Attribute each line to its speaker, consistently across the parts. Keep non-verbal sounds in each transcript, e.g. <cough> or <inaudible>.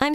Speaker 1: I'm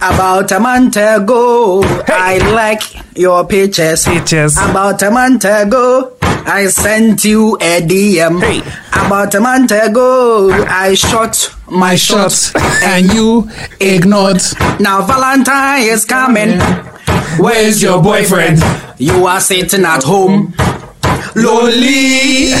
Speaker 2: About a month ago, I like your pictures.
Speaker 3: Pictures.
Speaker 2: About a month ago, I sent you a DM.
Speaker 3: Hey.
Speaker 2: About a month ago, I shot my shot.
Speaker 3: shots and you ignored.
Speaker 2: Now Valentine is coming.
Speaker 3: Where's your boyfriend?
Speaker 2: You are sitting at home, lonely.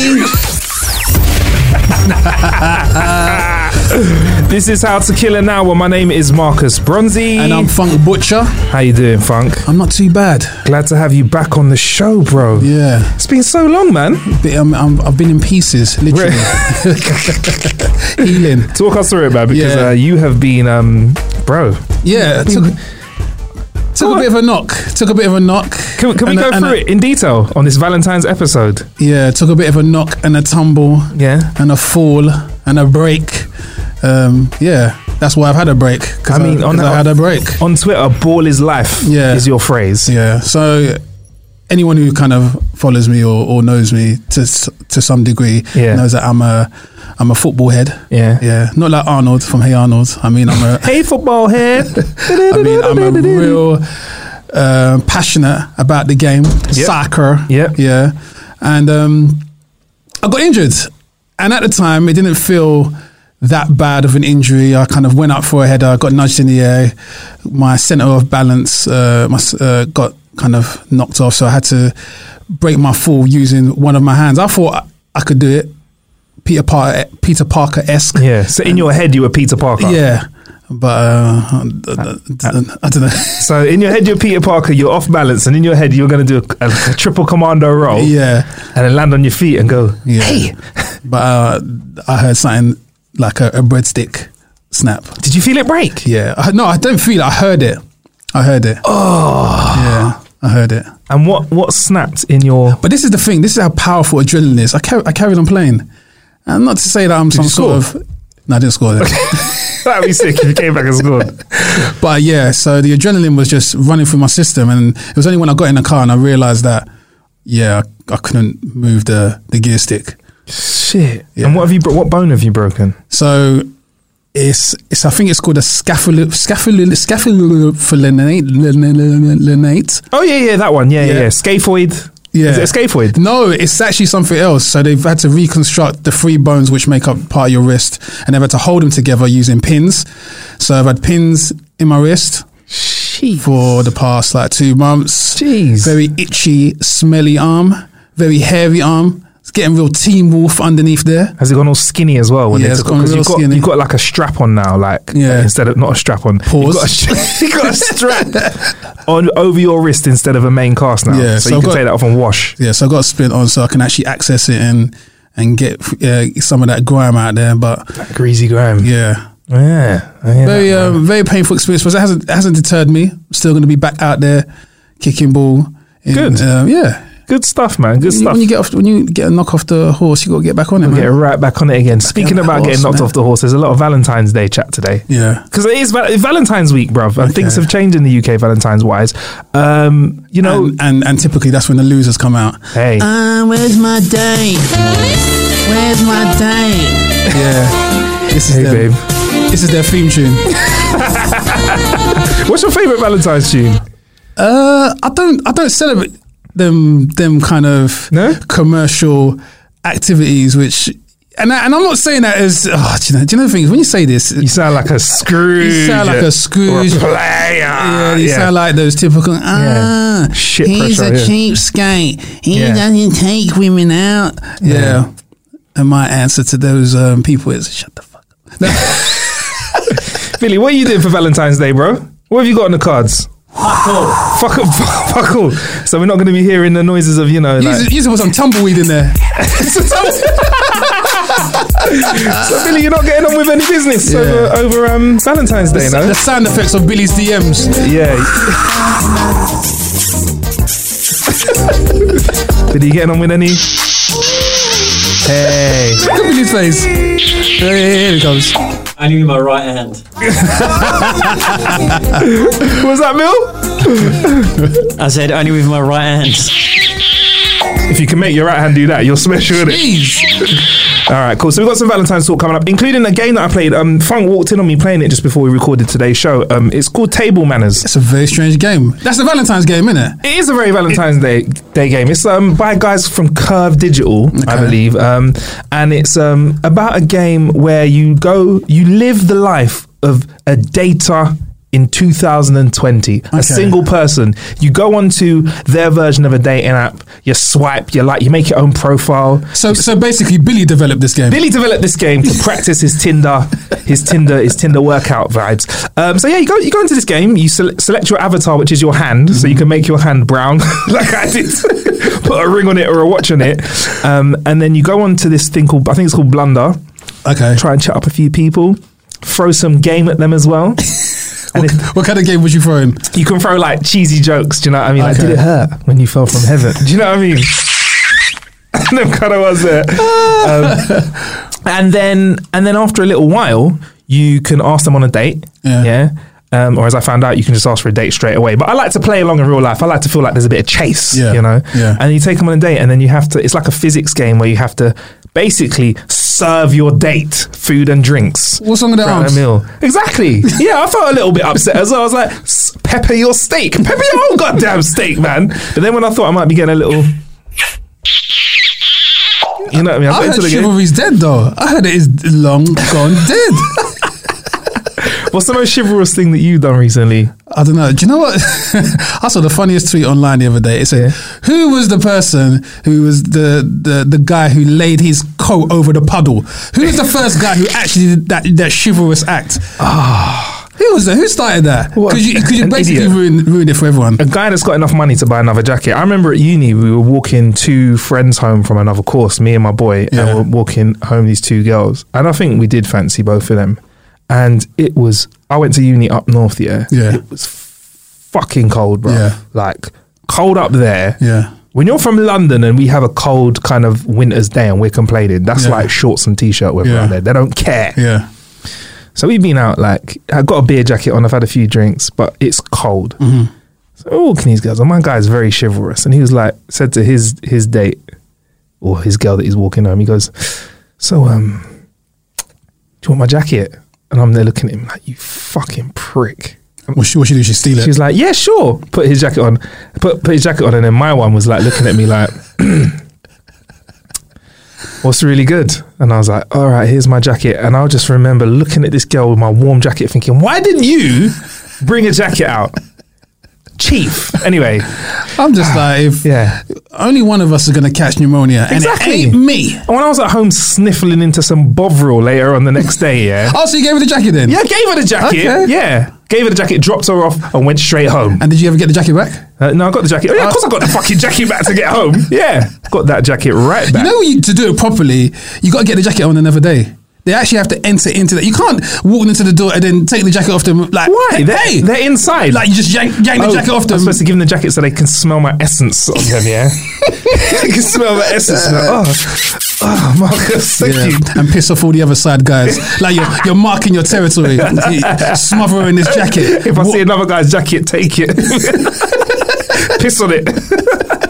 Speaker 4: This is How to Kill an Hour. My name is Marcus Bronzy.
Speaker 3: And I'm Funk Butcher.
Speaker 4: How you doing, Funk?
Speaker 3: I'm not too bad.
Speaker 4: Glad to have you back on the show, bro.
Speaker 3: Yeah,
Speaker 4: It's been so long, man.
Speaker 3: but um, I'm, I've been in pieces, literally healing.
Speaker 4: <laughs> Talk us through it, man, because
Speaker 3: Yeah.
Speaker 4: uh, you have been, um, bro.
Speaker 3: Yeah, took, took a bit of a knock. Took a bit of a knock.
Speaker 4: Can, can we
Speaker 3: and a-
Speaker 4: go
Speaker 3: and
Speaker 4: through
Speaker 3: a-
Speaker 4: it in detail on this Valentine's episode?
Speaker 3: Yeah, took a bit of a knock and a tumble.
Speaker 4: Yeah.
Speaker 3: and a fall and a break. Um, yeah, that's why I've had a break. 'cause
Speaker 4: I mean, on
Speaker 3: 'cause I had
Speaker 4: that-
Speaker 3: a break.
Speaker 4: On Twitter, ball is life
Speaker 3: Yeah.
Speaker 4: is your phrase.
Speaker 3: Yeah. So anyone who kind of follows me or, or knows me to s- to some degree
Speaker 4: Yeah.
Speaker 3: knows that I'm a I'm a football head.
Speaker 4: Yeah.
Speaker 3: Yeah. Not like Arnold from Hey Arnold. I mean, I'm a
Speaker 4: Hey, football head.
Speaker 3: <laughs> I mean, I'm a real uh, passionate about the game, soccer.
Speaker 4: Yep.
Speaker 3: Yeah. And um, I got injured. And at the time, it didn't feel that bad of an injury. I kind of went up for a header, got nudged in the air. My center of balance uh, my, s- uh, got kind of knocked off. So I had to break my fall using one of my hands. I thought I could do it. Peter Parker, Peter Parker esque.
Speaker 4: Yeah. So in your head, you were Peter Parker.
Speaker 3: Yeah, but uh,
Speaker 4: Uh,
Speaker 3: I don't know. <laughs>
Speaker 4: So in your head, you're Peter Parker. You're off balance, and in your head, you're going to do a, a triple commando roll.
Speaker 3: Yeah,
Speaker 4: and then land on your feet and go,
Speaker 3: yeah.
Speaker 4: "Hey,
Speaker 3: but uh, I heard something like a, a breadstick snap.
Speaker 4: did you feel it break?"
Speaker 3: Yeah, I, no, I don't feel. it. I heard it. I heard it. Oh, yeah, I heard it.
Speaker 4: And what what snapped in your?
Speaker 3: But this is the thing. This is how powerful adrenaline is. I, car- I carried on playing, and not to say that I'm some
Speaker 4: you
Speaker 3: sort
Speaker 4: score?
Speaker 3: of. No, I didn't score. Then.
Speaker 4: That'd be sick if you came back and scored.
Speaker 3: <laughs> But yeah, so the adrenaline was just running through my system, and it was only when I got in the car and I realized that, yeah, I, I couldn't move the the gear stick.
Speaker 4: Shit. And what have you? Bro- what bone have you broken?
Speaker 3: So it's it's I think it's called a scaffold scaffold scaffoldinate.
Speaker 4: Oh yeah, yeah, that one. Yeah, yeah,
Speaker 3: Yeah.
Speaker 4: yeah. Scaphoid.
Speaker 3: Yeah.
Speaker 4: Is it a scaphoid?
Speaker 3: No, it's actually something else. So they've had to reconstruct the three bones which make up part of your wrist, and they've had to hold them together using pins. So I've had pins in my wrist for the past like two months.
Speaker 4: Jeez.
Speaker 3: Very itchy, smelly arm, very hairy arm. It's getting real team wolf underneath there.
Speaker 4: Has it gone all skinny as well?
Speaker 3: Yeah,
Speaker 4: they
Speaker 3: it's
Speaker 4: took-
Speaker 3: gone real
Speaker 4: you've got
Speaker 3: skinny.
Speaker 4: you've got like a strap on now, like
Speaker 3: Yeah.
Speaker 4: instead of not a strap on.
Speaker 3: Pause.
Speaker 4: <laughs> You've got a, you got
Speaker 3: <laughs>
Speaker 4: a strap on over your wrist instead of a main cast now.
Speaker 3: Yeah,
Speaker 4: so,
Speaker 3: so
Speaker 4: you
Speaker 3: I've
Speaker 4: can
Speaker 3: got-
Speaker 4: take that off and wash.
Speaker 3: Yeah, so I got a splint on so I can actually access it and and get uh, some of that grime out there. But
Speaker 4: Greasy Graham. Yeah,
Speaker 3: yeah,
Speaker 4: yeah. yeah.
Speaker 3: very uh, very painful experience, but it hasn't it hasn't deterred me. I'm still going to be back out there kicking ball. in,
Speaker 4: Good.
Speaker 3: um, yeah.
Speaker 4: Good stuff, man. Good
Speaker 3: When you-
Speaker 4: stuff.
Speaker 3: When you get off, when you get a knock off the horse, you got to get back on it,
Speaker 4: We'll
Speaker 3: man.
Speaker 4: get right back on it again. Speaking
Speaker 3: Mm. on the
Speaker 4: about getting
Speaker 3: horse,
Speaker 4: knocked
Speaker 3: man.
Speaker 4: off the horse, there's a lot of Valentine's Day chat today.
Speaker 3: Yeah.
Speaker 4: Because it is Val- it's Valentine's week, bruv, and things have changed in the UK Valentine's wise. Um, you know,
Speaker 3: And, and and typically that's when the losers come out.
Speaker 4: hey,
Speaker 3: Um, where's my date? Where's my date? Yeah. This is
Speaker 4: hey,
Speaker 3: their,
Speaker 4: babe.
Speaker 3: This is their theme tune.
Speaker 4: What's your favourite Valentine's tune?
Speaker 3: Uh, I don't. I don't celebrate them. Them kind of
Speaker 4: No?
Speaker 3: commercial activities, which and I, and I'm not saying that as oh, do you know do you know the thing is when you say this
Speaker 4: You sound like a Scrooge.
Speaker 3: You sound like
Speaker 4: or
Speaker 3: a Scrooge.
Speaker 4: player.
Speaker 3: Yeah, you sound like those typical. Ah,
Speaker 4: ah, Shit
Speaker 3: he's
Speaker 4: pressure,
Speaker 3: a
Speaker 4: yeah.
Speaker 3: cheapskate. He
Speaker 4: Yeah.
Speaker 3: doesn't take women out. Yeah.
Speaker 4: Yeah.
Speaker 3: and my answer to those um, people is shut the fuck up. No.
Speaker 4: Billy, what are you doing for Valentine's Day, bro? What have you got on the cards? Fuck all. Fuck, <laughs> fuck all. So we're not going to be hearing the noises of, you know, like.
Speaker 3: Usually, usually put some tumbleweed in there.
Speaker 4: So Billy, you're not getting on with any business over, over um, Valentine's Day, no?
Speaker 3: The sound effects of Billy's DMs.
Speaker 4: Yeah. <laughs> Billy, you getting on with any? Hey.
Speaker 3: Look at Billy's face. Here, here he comes.
Speaker 5: I need my right hand.
Speaker 4: Was that Mill?
Speaker 5: I said only with my right <laughs> hand.
Speaker 4: If you can make your right hand do that, you're special, innit?
Speaker 3: Jeez.
Speaker 4: All right, cool. So we've got some Valentine's talk coming up, including a game that I played. Um, Funk walked in on me playing it just before we recorded today's show. Um, it's called Table Manners.
Speaker 3: It's a very strange game. That's the Valentine's game, isn't it?
Speaker 4: <laughs> It is a very Valentine's Day Day game. It's um by guys from Curve Digital, I believe. Um, and it's um about a game where you go, you live the life of a data in 2020 a single person you go onto their version of a dating app you swipe you like you make your own profile
Speaker 3: So, so basically, Billy developed this game.
Speaker 4: Billy developed this game to practice his Tinder, his Tinder, his Tinder workout vibes. Um, so yeah, you go, you go into this game. You sele- select your avatar, which is your hand, so you can make your hand brown, <laughs> like I did. Put a ring on it or a watch on it, um, and then you go on to this thing called I think it's called Blunder.
Speaker 3: Okay.
Speaker 4: Try and chat up a few people, throw some game at them as well. And if-
Speaker 3: What kind of game would you throw in?
Speaker 4: you can throw like cheesy jokes. Do you know what I mean? Like,
Speaker 3: Okay.
Speaker 4: did it hurt when you fell from heaven? <laughs> Do you know what I mean? and I'm kind of was there. Um, <laughs> and then, and then after a little while, you can ask them on a date.
Speaker 3: Yeah.
Speaker 4: Um, or as I found out, you can just ask for a date straight away. But I like to play along in real life. I like to feel like there's a bit of chase,
Speaker 3: Yeah.
Speaker 4: you know.
Speaker 3: Yeah.
Speaker 4: And you take them on a date, and then you have to. It's like a physics game where you have to basically serve your date food and drinks.
Speaker 3: What's wrong with the
Speaker 4: Throughout
Speaker 3: arms?
Speaker 4: the meal. Exactly. Yeah, I felt a little bit upset as well. I was like, "S- pepper your steak. Pepper your whole goddamn steak, man. But then when I thought I might be getting a little. You know what I mean?
Speaker 3: I
Speaker 4: I got
Speaker 3: heard
Speaker 4: into the game.
Speaker 3: Chivalry's dead though. I heard it is long
Speaker 4: <laughs>
Speaker 3: gone dead.
Speaker 4: What's the most chivalrous thing that you've done recently?
Speaker 3: I don't know. Do you know what? <laughs> I saw the funniest tweet online the other day. It said, "Who was the person who was the, the the guy who laid his coat over the puddle? Who was the first guy who actually did that that chivalrous act? Who was that? Who started that?
Speaker 4: Ah. What?
Speaker 3: Because you, 'cause you
Speaker 4: An
Speaker 3: basically
Speaker 4: idiot.
Speaker 3: ruined, ruined it for everyone.
Speaker 4: A guy that's got enough money to buy another jacket. I remember at uni, we were walking two friends home from another course, me and my boy,
Speaker 3: Yeah.
Speaker 4: and we we're walking home these two girls. And I think we did fancy both of them. And it was, I went to uni up north, yeah.
Speaker 3: Yeah.
Speaker 4: It was fucking cold, bro.
Speaker 3: Yeah.
Speaker 4: Like, cold up there.
Speaker 3: Yeah.
Speaker 4: When you're from London and we have a cold kind of winter's day and we're complaining, that's
Speaker 3: Yeah.
Speaker 4: like shorts and t shirt weather
Speaker 3: Yeah.
Speaker 4: out there. They don't care.
Speaker 3: Yeah,
Speaker 4: So we've been out like I've got a beer jacket on, I've had a few drinks, but it's cold. So we're walking these girls, and my guy's very chivalrous. And he was like, said to his his date or his girl that he's walking home, he goes, So um do you want my jacket? And I'm there looking at him like, You fucking prick.
Speaker 3: what she, what she do? She steal it.
Speaker 4: She was like, "Yeah, sure." Put his jacket on. Put put his jacket on, and then my one was like looking at me like, <clears throat> "What's really good?" And I was like, "All right, here's my jacket." And I'll just remember looking at this girl with my warm jacket, thinking, "Why didn't you bring a jacket out, Chief?" Anyway,
Speaker 3: I'm just like, if
Speaker 4: yeah.
Speaker 3: only one of us is gonna catch pneumonia,
Speaker 4: Exactly.
Speaker 3: and it ain't me.
Speaker 4: And when I was at home sniffling into some bovril later on the next day, yeah.
Speaker 3: Oh, so you gave her the jacket then?
Speaker 4: <laughs> Yeah, I gave her the jacket.
Speaker 3: Okay.
Speaker 4: Yeah, gave her the jacket, dropped her off, and went straight home.
Speaker 3: And did you ever get the jacket back?
Speaker 4: Uh, no, I got the jacket. Oh, yeah, of course I got the fucking jacket back to get home. Yeah, got that jacket right back.
Speaker 3: You know, you, to do it properly, you got to get the jacket on another day. They actually have to enter into that. You can't walk into the door and then take the jacket off them. Like
Speaker 4: why? They're,
Speaker 3: Hey,
Speaker 4: they're inside.
Speaker 3: like you just yank, yank the
Speaker 4: Oh,
Speaker 3: jacket off
Speaker 4: I'm
Speaker 3: them.
Speaker 4: supposed to give them the jacket so they can smell my essence on them.
Speaker 3: <laughs>
Speaker 4: Yeah, they can smell my essence. Like, oh, oh, Marcus, thank
Speaker 3: Yeah,
Speaker 4: you.
Speaker 3: <laughs> and piss off all the other side <laughs> guys. Like you're, you're marking your <laughs> territory, You- smothering this jacket.
Speaker 4: If I
Speaker 3: What-
Speaker 4: see another guy's jacket, take
Speaker 3: <laughs>
Speaker 4: it. Piss on it.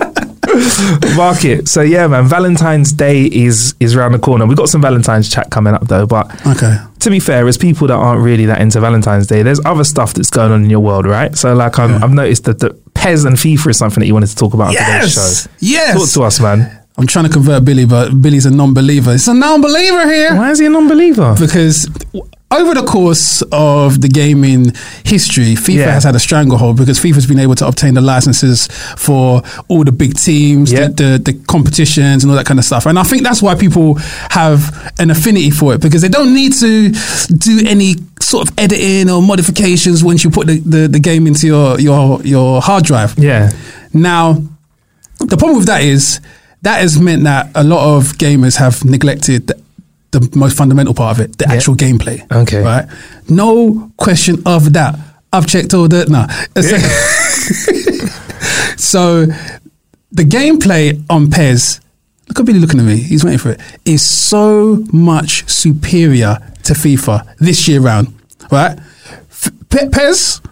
Speaker 4: Mark it. So yeah, man. Valentine's Day is is round the corner. We got some Valentine's chat coming up though, but
Speaker 3: Okay.
Speaker 4: to be fair, as people that aren't really that into Valentine's Day, there's other stuff that's going on in your world, right? So, like, I'm, I've noticed that the Pez and FIFA is something that you wanted to talk about on today's
Speaker 3: Yes.
Speaker 4: show.
Speaker 3: Yes.
Speaker 4: Talk to us, man.
Speaker 3: I'm trying to convert Billy, but Billy's a non-believer. It's a non-believer here
Speaker 4: Why is he a non-believer?
Speaker 3: because w- over the course of the gaming history, FIFA
Speaker 4: Yeah.
Speaker 3: has had a stranglehold because FIFA's been able to obtain the licenses for all the big teams,
Speaker 4: Yeah.
Speaker 3: the, the the competitions, and all that kind of stuff. And I think that's why people have an affinity for it because they don't need to do any sort of editing or modifications once you put the, the, the game into your your your hard drive.
Speaker 4: Yeah.
Speaker 3: Now, the problem with that is that has meant that a lot of gamers have neglected the, the most fundamental part of it, the actual gameplay.
Speaker 4: Okay.
Speaker 3: Right? No question of that. I've checked all that now. <laughs> so the gameplay on Pez, look at Billy looking at me, he's waiting for it, is so much superior to FIFA this year round, right? F- Pe- Pez,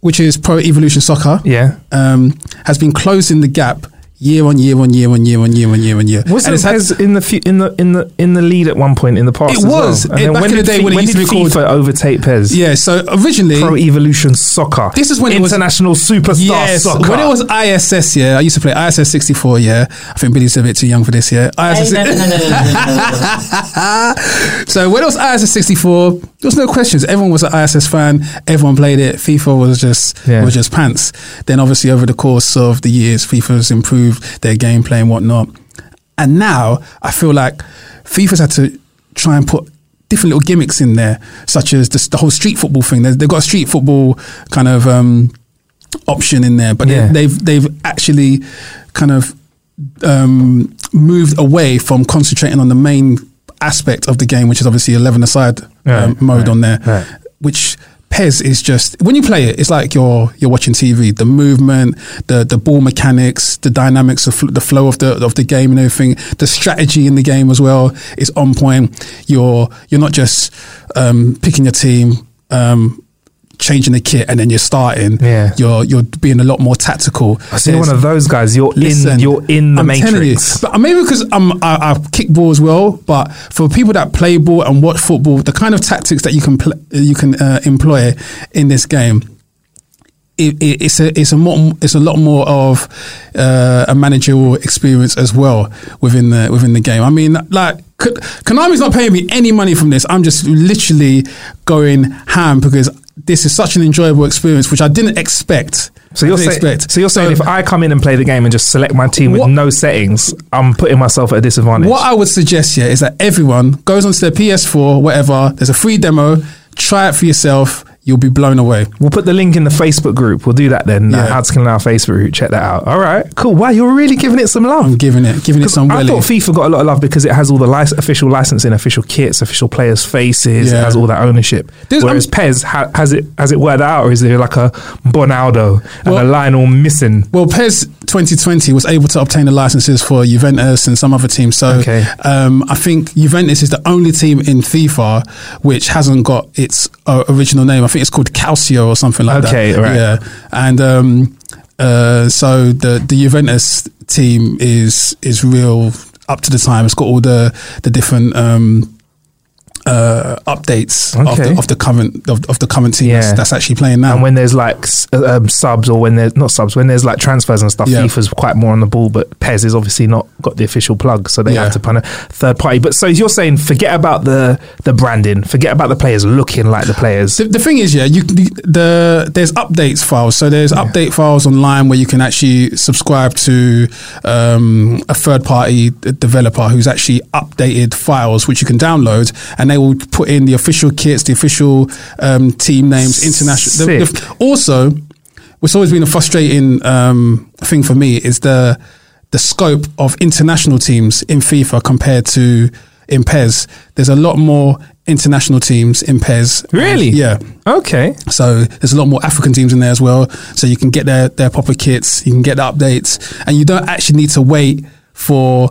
Speaker 3: which is Pro Evolution Soccer,
Speaker 4: Yeah.
Speaker 3: um, has been closing the gap year on year on year on year on year on year on year.
Speaker 4: Wasn't
Speaker 3: it's had-
Speaker 4: Pez in the fu- in the in the in the lead at one point in the past?
Speaker 3: It
Speaker 4: as well?
Speaker 3: was.
Speaker 4: And
Speaker 3: It-
Speaker 4: then
Speaker 3: back in
Speaker 4: did
Speaker 3: the day
Speaker 4: Fi-
Speaker 3: when it used
Speaker 4: did
Speaker 3: to be called-
Speaker 4: FIFA overtake Pez?
Speaker 3: yeah, so originally
Speaker 4: Pro Evolution Soccer.
Speaker 3: This is when it was-
Speaker 4: international superstar
Speaker 3: Yes,
Speaker 4: soccer.
Speaker 3: when it was ISS, yeah, I used to play ISS 64, yeah. I think Billy's a bit too young for this, yeah. ISS,
Speaker 5: no, no, no, no, no, no, no, no.
Speaker 3: <laughs> So when it was ISS 64, there was no questions. Everyone was an ISS fan. Everyone played it. FIFA was just
Speaker 4: Yeah.
Speaker 3: was just pants. Then obviously over the course of the years, FIFA's improved their gameplay and whatnot. And now I feel like FIFA's had to try and put different little gimmicks in there, such as this, the whole street football thing. They- They've got a street football kind of um, option in there, but they-
Speaker 4: Yeah.
Speaker 3: they've they've actually kind of um, moved away from concentrating on the main aspect of the game, which is obviously 11 aside um,
Speaker 4: Right,
Speaker 3: mode
Speaker 4: right,
Speaker 3: on there,
Speaker 4: right.
Speaker 3: which Pez is just when you play it, it's like you're you're watching TV. The movement, the the ball mechanics, the dynamics of fl- the flow of the of the game and everything. The strategy in the game as well is on point. You're you're not just um, picking your team. Um, Changing the kit and then you're starting.
Speaker 4: Yeah.
Speaker 3: You're you're being a lot more tactical.
Speaker 4: I see
Speaker 3: There's-
Speaker 4: one of those guys. You're in. You're in the
Speaker 3: I'm telling you.
Speaker 4: matrix.
Speaker 3: But maybe because I'm, I, I kick ball as well. But for people that play ball and watch football, the kind of tactics that you can pl- you can uh, employ in this game, it, it, it's a it's a more, it's a lot more of uh, a managerial experience as well within the within the game. I mean, like. Ko- Konami's not paying me any money from this. I'm just literally going ham because this is such an enjoyable experience, which I didn't expect.
Speaker 4: So
Speaker 3: I
Speaker 4: you're,
Speaker 3: didn't
Speaker 4: say, so you're saying if I come in and play the game and just select my team with
Speaker 3: Um, What-
Speaker 4: no settings, I'm putting myself at a disadvantage.
Speaker 3: What I would suggest here is that everyone goes onto their PS4, whatever. There's a free demo. Try it for yourself. You'll be blown away.
Speaker 4: We'll put the link in the Facebook group. We'll do that then.
Speaker 3: Yeah.
Speaker 4: Uh, How to Kill an Hour Facebook group. Check that out. All right, cool. Wow, you're really giving it some love.
Speaker 3: I'm giving it, giving it some
Speaker 4: I
Speaker 3: welly.
Speaker 4: thought FIFA got a lot of love because it has all the lic- official licensing, official kits, official players' faces.
Speaker 3: Yeah.
Speaker 4: It has all that ownership.
Speaker 3: There's- um,
Speaker 4: Whereas
Speaker 3: I'm-
Speaker 4: Pez ha- has it has it word out, or is there like a Bonaldo and
Speaker 3: Well-
Speaker 4: a Lionel missing?
Speaker 3: Well, Pez 2020 was able to obtain the licenses for Juventus and some other teams. So
Speaker 4: Okay.
Speaker 3: um, I think Juventus is the only team in FIFA which hasn't got its uh, original name. I think it's called Calcio or something like
Speaker 4: Okay,
Speaker 3: that.
Speaker 4: right.
Speaker 3: Yeah. And um, uh, so the the Juventus team is is real up to the time. It's got all the the different. Um, uh, updates of,
Speaker 4: Okay.
Speaker 3: the, of the current of, of the current team that's,
Speaker 4: Yeah.
Speaker 3: that's actually playing now.
Speaker 4: And when there's like s- uh, um, subs or when there's not subs, when there's like transfers and stuff,
Speaker 3: Yeah.
Speaker 4: FIFA's quite more on the ball, but Pez is obviously not got the official plug, so they
Speaker 3: Yeah.
Speaker 4: have to find a third party. But so you're saying forget about the the branding, forget about the players looking like the players.
Speaker 3: The, the thing is, yeah, you the there's updates files. So there's update files online where you can actually subscribe to um, a third party d- developer who's actually updated files, which you can download, and they will put in the official kits, the official um, team names, international. the- the-
Speaker 4: Sick.
Speaker 3: also, what's always been a frustrating um, thing for me is the the scope of international teams in FIFA compared to in PES. There's a lot more international teams in E PES.
Speaker 4: Really?
Speaker 3: Yeah.
Speaker 4: Okay,
Speaker 3: So there's a lot more African teams in there as well. So you can get their their proper kits, you can get the updates, and you don't actually need to wait for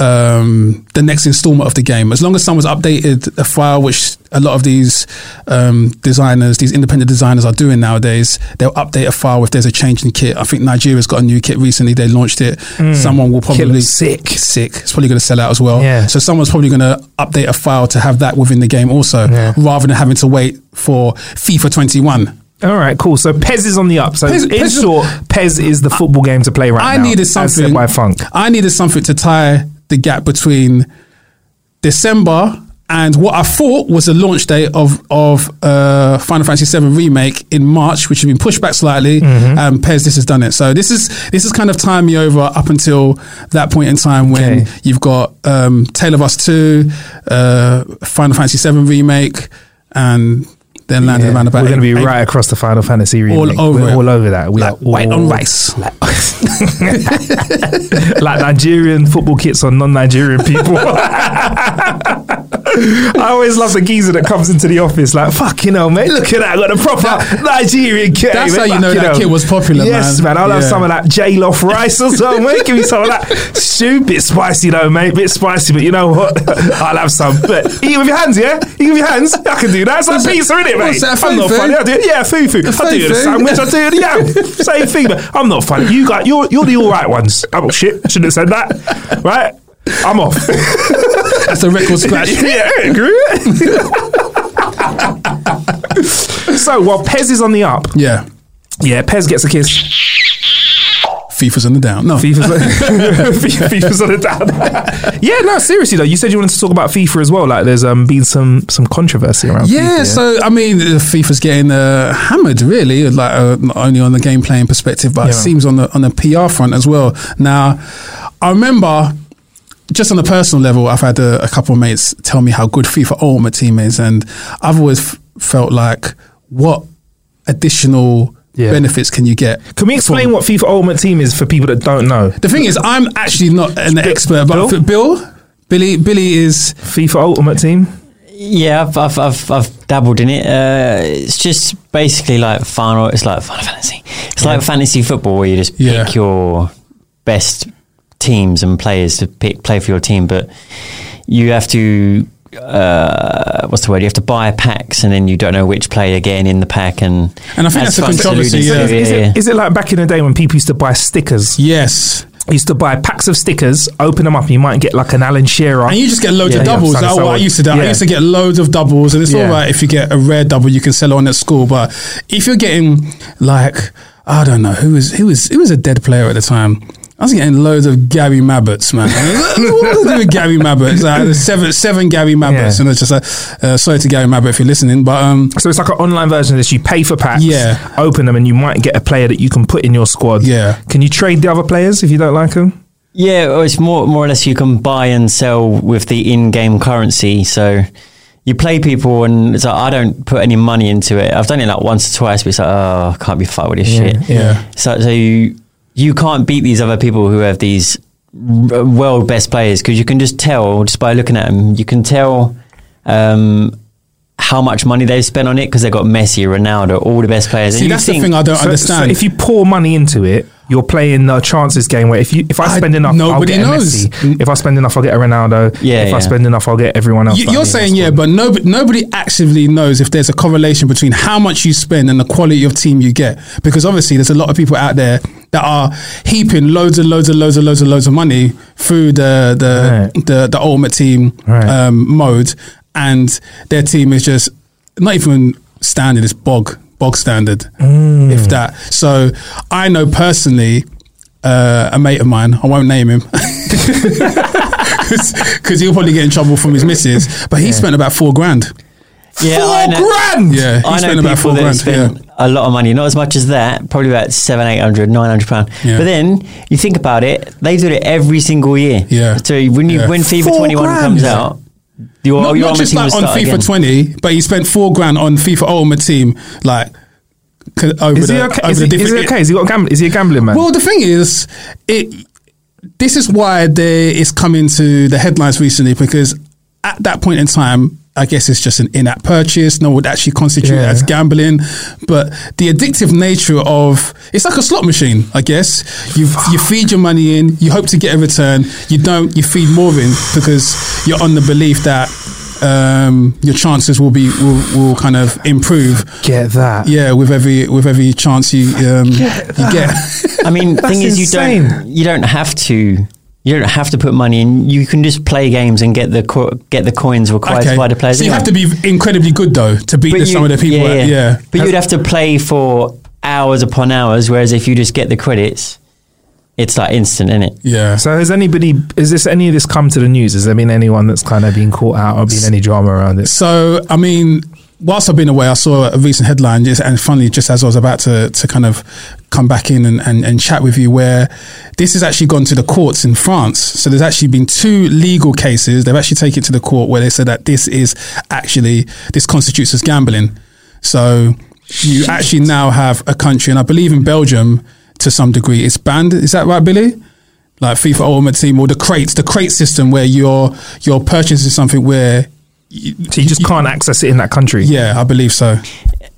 Speaker 3: um, the next installment of the game. As long as someone's updated a file, which a lot of these um, designers, these independent designers, are doing nowadays, they'll update a file if there's a change in kit. I think Nigeria's got a new kit recently. They launched it. Someone will
Speaker 4: Hmm. Kit
Speaker 3: probably
Speaker 4: looks sick.
Speaker 3: sick. It's probably going to sell out as well.
Speaker 4: Yeah.
Speaker 3: So someone's probably going to update a file to have that within the game also,
Speaker 4: Yeah.
Speaker 3: rather than having to wait for FIFA 21.
Speaker 4: All right, cool. So Pez is on the up. So
Speaker 3: Pez-
Speaker 4: in
Speaker 3: Pez-
Speaker 4: short, Pez is the football game to play right
Speaker 3: I
Speaker 4: now.
Speaker 3: needed
Speaker 4: as
Speaker 3: something.
Speaker 4: said by Funk.
Speaker 3: I needed something to tie the gap between December and what I thought was the launch date of of uh, Final Fantasy VII remake in March, which had been pushed back slightly.
Speaker 4: Mm-hmm.
Speaker 3: Um, Pez, this has done it. So this is this is kind of time me over up until that point in time when
Speaker 4: Okay.
Speaker 3: you've got um, Tale of Us Two, uh, Final Fantasy VII remake, and then landed
Speaker 4: Yeah.
Speaker 3: around about.
Speaker 4: We're going to be
Speaker 3: April-
Speaker 4: right across the Final Fantasy
Speaker 3: All
Speaker 4: remake.
Speaker 3: over
Speaker 4: We're
Speaker 3: it.
Speaker 4: all over that. We
Speaker 3: Like
Speaker 4: are
Speaker 3: white on
Speaker 4: all-
Speaker 3: rice. <laughs>
Speaker 4: Like, <laughs> like Nigerian football kits on non-Nigerian people.
Speaker 3: <laughs>
Speaker 4: <laughs> I always love the geezer that comes into the office like, fucking hell, mate, look at that. I got a proper Nigerian kit. eh,
Speaker 3: That's
Speaker 4: mate,
Speaker 3: how you know
Speaker 4: fucking
Speaker 3: that
Speaker 4: hell."
Speaker 3: kid was popular,
Speaker 4: Yes,
Speaker 3: man.
Speaker 4: man. I'll have
Speaker 3: Yeah.
Speaker 4: some of that J-Loff rice or something, mate. Give me some of that. Stew, bit spicy though, mate. Bit spicy, but you know what? <laughs> I'll have some. But eat with your hands, yeah? Eat with your hands. I can do that. It's like pizza, innit, mate?
Speaker 3: what's that,
Speaker 4: I'm not
Speaker 3: fufu?
Speaker 4: funny. I do it. Yeah, fufu. I do
Speaker 3: Same
Speaker 4: the
Speaker 3: thing.
Speaker 4: sandwich. I do the
Speaker 3: <laughs>
Speaker 4: yam. Same thing. But I'm not funny. You got you're you're the all right ones. Oh shit! Shouldn't have said that. Right? I'm off.
Speaker 3: That's a
Speaker 4: <laughs>
Speaker 3: record scratch.
Speaker 4: yeah, I agree. <laughs> so while Pez is on the up,
Speaker 3: yeah,
Speaker 4: yeah, Pez gets a kiss.
Speaker 3: FIFA's on the down. No,
Speaker 4: FIFA's on, <laughs> FIFA's on the down. yeah, no, seriously though, you said you wanted to talk about FIFA as well. Like, there's um been some some controversy around. FIFA,
Speaker 3: Yeah, so I mean, uh, FIFA's getting uh, hammered, really. Like uh, not only on the game playing perspective, but it
Speaker 4: Yeah.
Speaker 3: seems on the on the PR front as well. Now, I remember just on a personal level, I've had a, a couple of mates tell me how good FIFA Ultimate Team is, and I've always f- felt like what additional
Speaker 4: Yeah.
Speaker 3: benefits can you get?
Speaker 4: Can we explain what FIFA Ultimate Team is for people that don't know?
Speaker 3: The thing is, I'm actually not an expert, but
Speaker 4: Bill?
Speaker 3: Bill, Bill Billy, Billy is
Speaker 4: FIFA Ultimate Team.
Speaker 5: Yeah, I've, I've, I've, I've dabbled in it. Uh, it's just basically like final. It's like Final Fantasy. It's like fantasy football where you just pick
Speaker 3: Yeah.
Speaker 5: your best teams and players to pick play for your team, but you have to. Uh, what's the word? You have to buy packs, and then you don't know which player getting in the pack, and
Speaker 3: And I think that's
Speaker 5: adds
Speaker 3: a
Speaker 5: fun to the
Speaker 3: controversy,
Speaker 5: ludicrous
Speaker 3: yeah.
Speaker 5: of it,
Speaker 4: Is,
Speaker 5: yeah.
Speaker 4: it, is it like back in the day when people used to buy stickers?
Speaker 3: yes,
Speaker 4: used to buy packs of stickers, open them up, and you might get like an Alan Shearer.
Speaker 3: And you just get loads
Speaker 4: Yeah,
Speaker 3: of
Speaker 4: yeah,
Speaker 3: doubles.
Speaker 4: so-
Speaker 3: That's
Speaker 4: so
Speaker 3: what I
Speaker 4: on.
Speaker 3: used to do. I
Speaker 4: Yeah.
Speaker 3: used to get loads of doubles, and it's
Speaker 4: Yeah.
Speaker 3: all right if you get a rare double, you can sell on at school. But if you're getting like I don't know who was who was who was a dead player at the time. I was getting loads of Gary Mabbotts, man. <laughs> what was I doing with Gary Mabbotts? Like, there's seven, seven Gary Mabbotts,
Speaker 4: Yeah.
Speaker 3: and it's just like, uh, sorry to Gary Mabbott if you're listening, but um,
Speaker 4: so it's like an online version of this. You pay for packs,
Speaker 3: Yeah.
Speaker 4: open them, and you might get a player that you can put in your squad.
Speaker 3: Yeah.
Speaker 4: Can you trade the other players if you don't like them?
Speaker 5: Yeah, well, it's more more or less you can buy and sell with the in-game currency. So you play people, and it's like I don't put any money into it. I've done it like once or twice, but it's like oh, I can't be fucked with this shit.
Speaker 3: yeah.
Speaker 5: So so you you can't beat these other people who have these r- world best players because you can just tell just by looking at them. You can tell. Um, how much money they've spent on it because they've got Messi, Ronaldo, all the best players.
Speaker 3: see,
Speaker 5: you
Speaker 3: that's the
Speaker 5: think-
Speaker 3: thing I don't
Speaker 4: So-
Speaker 3: understand.
Speaker 4: So if you pour money into it, you're playing a chances game where if you if I
Speaker 3: I-
Speaker 4: spend enough,
Speaker 3: nobody
Speaker 4: I'll get a
Speaker 3: knows.
Speaker 4: Messi. If I spend enough, I'll get a Ronaldo.
Speaker 5: Yeah,
Speaker 4: If I
Speaker 5: yeah.
Speaker 4: spend enough, I'll get everyone else.
Speaker 3: You,
Speaker 4: that I
Speaker 3: you're
Speaker 4: need in my
Speaker 3: saying yeah,
Speaker 4: squad.
Speaker 3: but nobody nobody actively knows if there's a correlation between how much you spend and the quality of team you get. Because obviously, there's a lot of people out there that are heaping loads and loads and loads and loads and loads of money through the the
Speaker 4: Right.
Speaker 3: the, the ultimate team
Speaker 4: Right.
Speaker 3: um, mode, and their team is just not even standard; it's bog bog standard,
Speaker 4: Mm.
Speaker 3: if that. So I know personally. Uh, a mate of mine, I won't name him, <laughs> because he'll probably get in trouble from his missus. But he spent about four grand.
Speaker 5: Yeah, I know.
Speaker 3: grand. Yeah, he
Speaker 5: I know
Speaker 3: spent about four
Speaker 5: people that
Speaker 3: grand.
Speaker 5: spend a lot of money, not as much as that, probably about seven, eight hundred, nine hundred pound.
Speaker 3: Yeah.
Speaker 5: But then you think about it, they do it every single year.
Speaker 3: Yeah.
Speaker 5: So when you
Speaker 3: Yeah.
Speaker 5: when FIFA
Speaker 3: Four
Speaker 5: twenty one
Speaker 3: grand.
Speaker 5: comes out, your
Speaker 3: Not,
Speaker 5: your
Speaker 3: not
Speaker 5: Army
Speaker 3: just
Speaker 5: team
Speaker 3: like
Speaker 5: will
Speaker 3: on FIFA
Speaker 5: start again.
Speaker 3: 20, but he spent four grand on FIFA Ultimate Team, like c- over
Speaker 4: Is he
Speaker 3: the
Speaker 4: okay?
Speaker 3: over
Speaker 4: Is
Speaker 3: the
Speaker 4: he, is he
Speaker 3: different.
Speaker 4: okay? Is he got a gambling? Is he a gambling man?
Speaker 3: Well, the thing is, it. This is why they, it's come into the headlines recently because at that point in time, I guess it's just an in-app purchase. No one would actually constitute it
Speaker 4: Yeah.
Speaker 3: as gambling, but the addictive nature of it's like a slot machine. I guess you you feed your money in, you hope to get a return. You don't, you feed more in because you're on the belief that um, your chances will be will, will kind of improve.
Speaker 4: get that.
Speaker 3: Yeah, with every with every chance you um, you get.
Speaker 5: I mean,
Speaker 4: That's
Speaker 5: thing is, you
Speaker 4: insane.
Speaker 5: don't you don't have to. You don't have to put money in. You can just play games and get the co- get the coins required
Speaker 3: Okay.
Speaker 5: by the players.
Speaker 3: so you
Speaker 5: anyway.
Speaker 3: have to be incredibly good though to beat the, some of the people.
Speaker 5: Yeah,
Speaker 3: that-
Speaker 5: yeah.
Speaker 3: yeah.
Speaker 5: But you'd have to play for hours upon hours, whereas if you just get the credits, it's like instant, isn't it?
Speaker 3: yeah.
Speaker 4: So has anybody? Is this any of this come to the news? Has there been anyone that's kind of been caught out or been any drama around it?
Speaker 3: So, I mean, whilst I've been away, I saw a recent headline, just, and funnily, just as I was about to, to kind of come back in and, and, and chat with you, where this has actually gone to the courts in France. So, there's actually been two legal cases. They've actually taken it to the court where they said that this is actually, this constitutes as gambling. So, you actually now have a country, and I believe in Belgium to some degree, it's banned. Is that right, Billy? Like FIFA Ultimate Team or the crates, the crate system where you're you're purchasing something where
Speaker 4: So you just can't access it in that country.
Speaker 3: yeah, I believe so.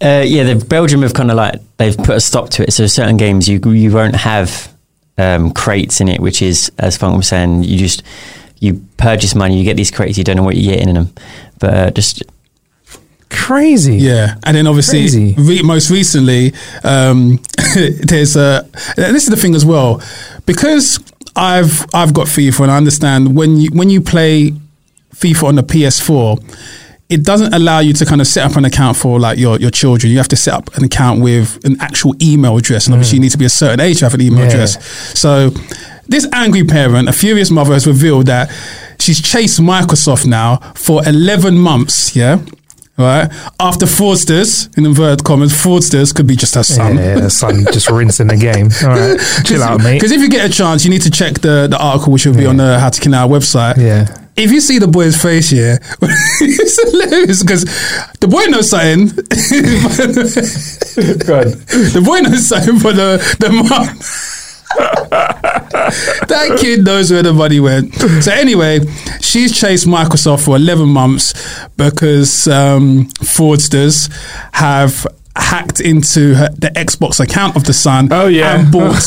Speaker 5: Uh, yeah, the Belgium have kind of like they've put a stop to it. So certain games you you won't have um, crates in it, which is as Funk was saying, you just you purchase money, you get these crates, you don't know what you're getting in them, but uh, just
Speaker 4: Crazy.
Speaker 3: Yeah, and then obviously,
Speaker 4: Crazy.
Speaker 3: re- most recently, um, <laughs> there's a. And this is the thing as well, because I've I've got FIFA and I understand when you when you play FIFA on the PS4, it doesn't allow you to kind of set up an account for like your, your children. You have to set up an account with an actual email address, and obviously you need to be a certain age to have an email
Speaker 4: Mm. Yeah.
Speaker 3: address. So, this angry parent, a furious mother, has revealed that she's chased Microsoft now for eleven months. Yeah. Right after fraudsters, in inverted commas, fraudsters could be just her son.
Speaker 4: Yeah, yeah, son just rinsing the game.
Speaker 3: <laughs>
Speaker 4: All right, chill out, mate.
Speaker 3: Because if you get a chance, you need to check the, the article, which will be on the How to Kill Our website.
Speaker 4: Yeah.
Speaker 3: If you see the boy's face here, <laughs> it's hilarious because the boy knows something. <laughs> The boy knows something for the, the mom. <laughs> that kid knows where the money went. So anyway, she's chased Microsoft for 11 months because um, fraudsters have hacked into her, the Xbox account of the son.
Speaker 4: Oh, yeah.
Speaker 3: and
Speaker 4: <laughs>
Speaker 3: bought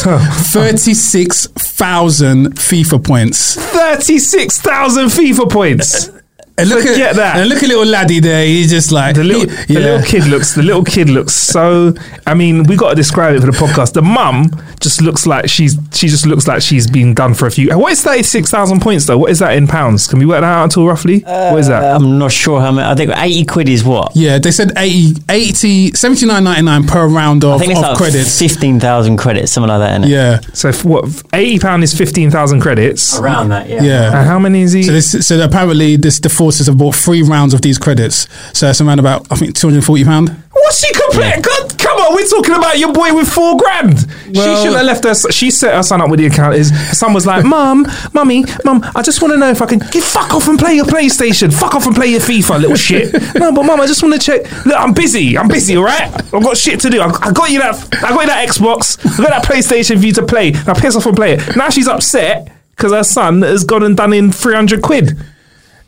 Speaker 3: 36,000 FIFA points.
Speaker 4: Thirty-six thousand FIFA points.
Speaker 3: And look
Speaker 4: Forget
Speaker 3: at
Speaker 4: that.
Speaker 3: And look at little laddie there. He's just like
Speaker 4: The little,
Speaker 3: yeah.
Speaker 4: the little kid looks. The little kid looks so. I mean, we got to describe it for the podcast. The mum just looks like she's. She just looks like she's been done for a few. What is thirty-six thousand points though? What is that in pounds? Can we work that out at all roughly? what is that?
Speaker 5: I'm not sure how much. I think 80 quid is what.
Speaker 3: Yeah, they said 80, 80 79.99 per round of,
Speaker 5: I think it's
Speaker 3: of
Speaker 5: like
Speaker 3: credits.
Speaker 5: fifteen thousand credits, something like that. Isn't it?
Speaker 3: Yeah,
Speaker 4: So if what eighty pound is fifteen thousand credits.
Speaker 5: around that.
Speaker 3: yeah.
Speaker 4: And how many is he?
Speaker 3: So, this, so apparently, this the forces have bought three rounds of these credits. So it's around about I think two hundred forty pound.
Speaker 4: What's she complaining? God, come on, we're talking about your boy with four grand. she should have left us. She set her son up with the account. Is her son was like, "Mum, mummy, mum, I just want to know if I can get fuck off and play your PlayStation. Fuck off and play your FIFA, little shit."
Speaker 3: <laughs>
Speaker 4: no, but mum, I just want to check. Look, I'm busy. I'm busy. All right, I've got shit to do. I, I got you that. I got you that Xbox. I got that PlayStation for you to play. Now piss off and play it. Now she's upset because her son has gone and done in three hundred quid.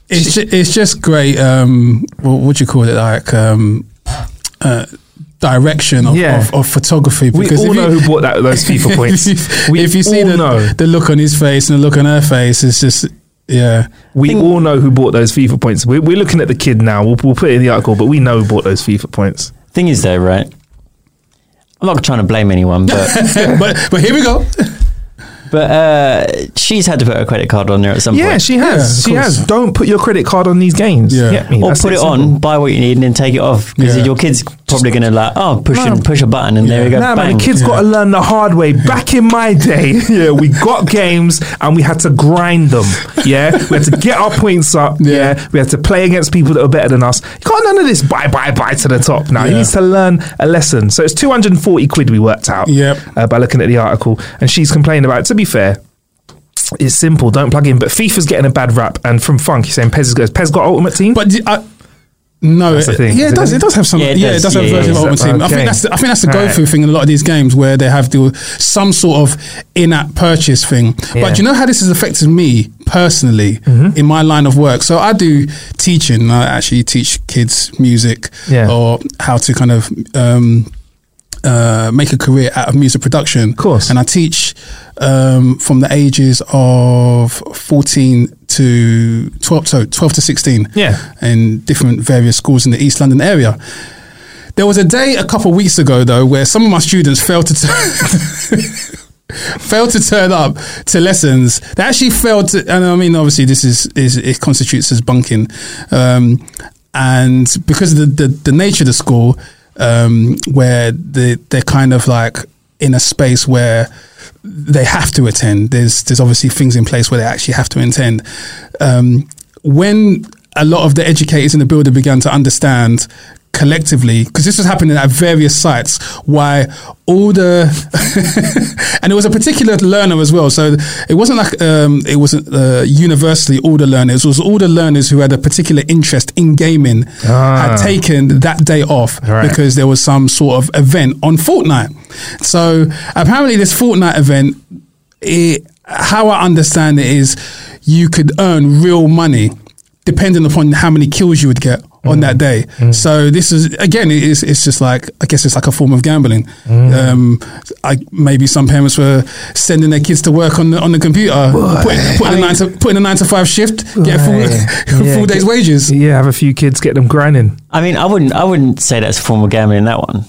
Speaker 3: It's ju- it's just great. Um, what what do you call it? Like um, uh, direction of,
Speaker 4: Yeah.
Speaker 3: of, of photography.
Speaker 4: We all
Speaker 3: if
Speaker 4: know who bought that those FIFA points.
Speaker 3: <laughs> if you,
Speaker 4: we
Speaker 3: if you see
Speaker 4: all
Speaker 3: the,
Speaker 4: know.
Speaker 3: the look on his face and the look on her face, it's just yeah.
Speaker 4: We all know who bought those FIFA points. We're, we're looking at the kid now. We'll, we'll put it in the article, but we know who bought those FIFA points.
Speaker 5: Thing is, though, right? I'm not trying to blame
Speaker 3: <laughs>
Speaker 5: anyone, but
Speaker 3: but but here we go.
Speaker 5: but uh, she's had to put her credit card on there at some
Speaker 4: Yeah,
Speaker 5: point.
Speaker 4: she has.
Speaker 3: of
Speaker 4: she
Speaker 3: course.
Speaker 4: has. Don't put your credit card on these games.
Speaker 3: Yeah.
Speaker 4: Get me?
Speaker 5: or
Speaker 4: That's
Speaker 5: put it on,
Speaker 4: simple.
Speaker 5: buy what you need, and then take it off because
Speaker 3: Yeah.
Speaker 5: your kid's probably going to like, oh, push and push a button, and there you go.
Speaker 4: Nah, man,
Speaker 5: bang.
Speaker 4: the kids got to learn the hard way. Back in my day, <laughs> yeah, we got games and we had to grind them. Yeah, we had to get our points up. Yeah. we had to play against people that were better than us. You can't none of this buy, buy, buy to the top now. He
Speaker 3: Yeah.
Speaker 4: needs to learn a lesson. So it's 240 quid we worked out
Speaker 3: Yep.
Speaker 4: uh, by looking at the article. And she's complaining about it. To be fair, it's simple. Don't plug in. But FIFA's getting a bad rap. And from Funk, he's saying Pez goes, Pez got Ultimate Team.
Speaker 3: But <laughs> I, no,
Speaker 4: That's the
Speaker 3: it,
Speaker 4: thing,
Speaker 3: yeah,
Speaker 4: is
Speaker 3: it
Speaker 4: it?
Speaker 3: does. It does have some. Yeah, it does, have
Speaker 5: yeah,
Speaker 3: a version
Speaker 5: yeah.
Speaker 3: of Ultimate Team. I
Speaker 4: Okay.
Speaker 3: think that's. The, I think that's the go-through
Speaker 4: Alright.
Speaker 3: thing in a lot of these games where they have the, some sort of in-app purchase thing.
Speaker 4: Yeah.
Speaker 3: But do you know how this has affected me personally in my line of work? So I do teaching. I actually teach kids music
Speaker 4: Yeah.
Speaker 3: or how to kind of. Um, uh, make a career out of music production. Of
Speaker 4: course.
Speaker 3: And I teach um, from the ages of 14 to 12, so 12 to 16
Speaker 4: Yeah.
Speaker 3: in different various schools in the East London area. There was a day a couple of weeks ago, though, where some of my students failed to. T- <laughs> failed to turn up to lessons. They actually failed to, and I mean, obviously, this is, is it constitutes as bunking. Um, and because of the, the, the nature of the school, um, where the, they're kind of like in a space where they have to attend, there's, there's obviously things in place where they actually have to attend. Um, when a lot of the educators in the building began to understand collectively because this was happening at various sites why all the <laughs> and it was a particular learner as well so it wasn't like um, it wasn't uh, universally all the learners it was all the learners who had a particular interest in gaming had taken that day off
Speaker 4: Right.
Speaker 3: because there was some sort of event on Fortnite so apparently this Fortnite event it, how I understand it is you could earn real money depending upon how many kills you would get on that
Speaker 4: Mm.
Speaker 3: day. So this is again, it is, it's just like I guess it's like a form of gambling.
Speaker 4: Mm.
Speaker 3: Um, I, maybe some parents were sending their kids to work on the on the computer, putting, putting, a nine to, putting a nine to five shift, get a full, <laughs>
Speaker 4: Yeah,
Speaker 3: full day's
Speaker 4: get-
Speaker 3: wages.
Speaker 4: Yeah, have a few kids, get them grinding.
Speaker 5: I mean, I wouldn't. I wouldn't say that's a form of gambling. That one.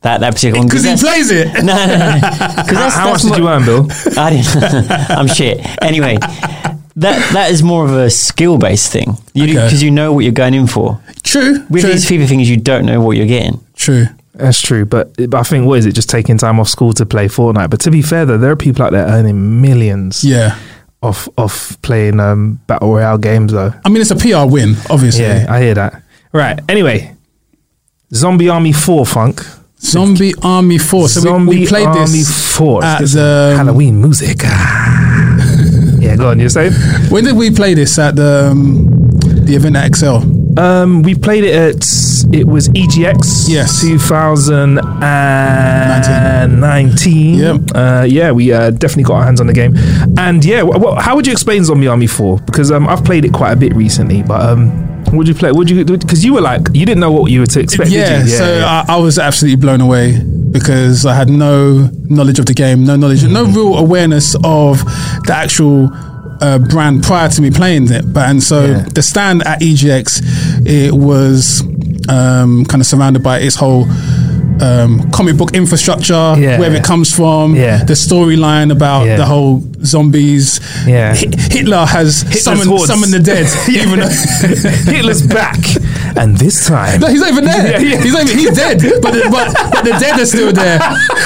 Speaker 5: That that particular one.
Speaker 3: Because he
Speaker 5: that's-
Speaker 3: plays it.
Speaker 5: <laughs> No, no,
Speaker 4: <laughs>
Speaker 5: no. Because that's,
Speaker 4: How much
Speaker 5: that's
Speaker 4: did
Speaker 5: more-
Speaker 4: you earn,
Speaker 3: <laughs>
Speaker 4: Bill?
Speaker 5: I didn't. <laughs> I'm shit. Anyway, that that is more of a skill based thing. You
Speaker 3: Okay.
Speaker 5: because you know what you're going in for.
Speaker 3: True.
Speaker 5: With
Speaker 3: true.
Speaker 5: these FIFA things, you don't know what you're getting.
Speaker 3: true.
Speaker 4: That's true, but but I think what is it? Just taking time off school to play Fortnite. But to be fair, though, there are people out there earning millions
Speaker 3: Yeah.
Speaker 4: off off playing um, battle royale games, though.
Speaker 3: I mean, it's a PR win, obviously.
Speaker 4: Yeah, I hear that. Right. Anyway, Zombie Army Four Funk.
Speaker 3: Zombie Army Four. Oh, So
Speaker 4: Zombie
Speaker 3: we, we played
Speaker 4: Army
Speaker 3: this
Speaker 4: Four.
Speaker 3: at
Speaker 4: It's
Speaker 3: the um,
Speaker 4: Halloween music. <laughs> Ah. yeah, go on. You say.
Speaker 3: When did we play this at the um, the event at XL?
Speaker 4: Um, we played it at it was E EGX.
Speaker 3: Yes.
Speaker 4: 2019.
Speaker 3: Yep.
Speaker 4: Uh, yeah, we uh, definitely got our hands on the game, and yeah, wh- wh- how would you explain Zombie Army Four? Because um, I've played it quite a bit recently, but um, would you play? Would you? Because you were like, you didn't know what you were to expect.
Speaker 3: Yeah,
Speaker 4: did you?
Speaker 3: so I, I was absolutely blown away because I had no knowledge of the game, no knowledge, no
Speaker 4: Mm.
Speaker 3: real awareness of the actual uh, brand prior to me playing it. But and so
Speaker 4: Yeah.
Speaker 3: the stand at EGX, it was um, kind of surrounded by its whole. Um, comic book infrastructure,
Speaker 4: Yeah.
Speaker 3: where it comes from,
Speaker 4: Yeah.
Speaker 3: the storyline about
Speaker 4: Yeah.
Speaker 3: the whole zombies.
Speaker 4: Yeah.
Speaker 3: Hi- Hitler has summoned,
Speaker 4: hordes.
Speaker 3: summoned the
Speaker 4: <laughs>
Speaker 3: dead. even though-
Speaker 4: Hitler's back, and this time
Speaker 3: No, he's not even there.
Speaker 4: Yeah, <laughs> yeah.
Speaker 3: He's not even, he's dead. But the, but, but the dead are still there.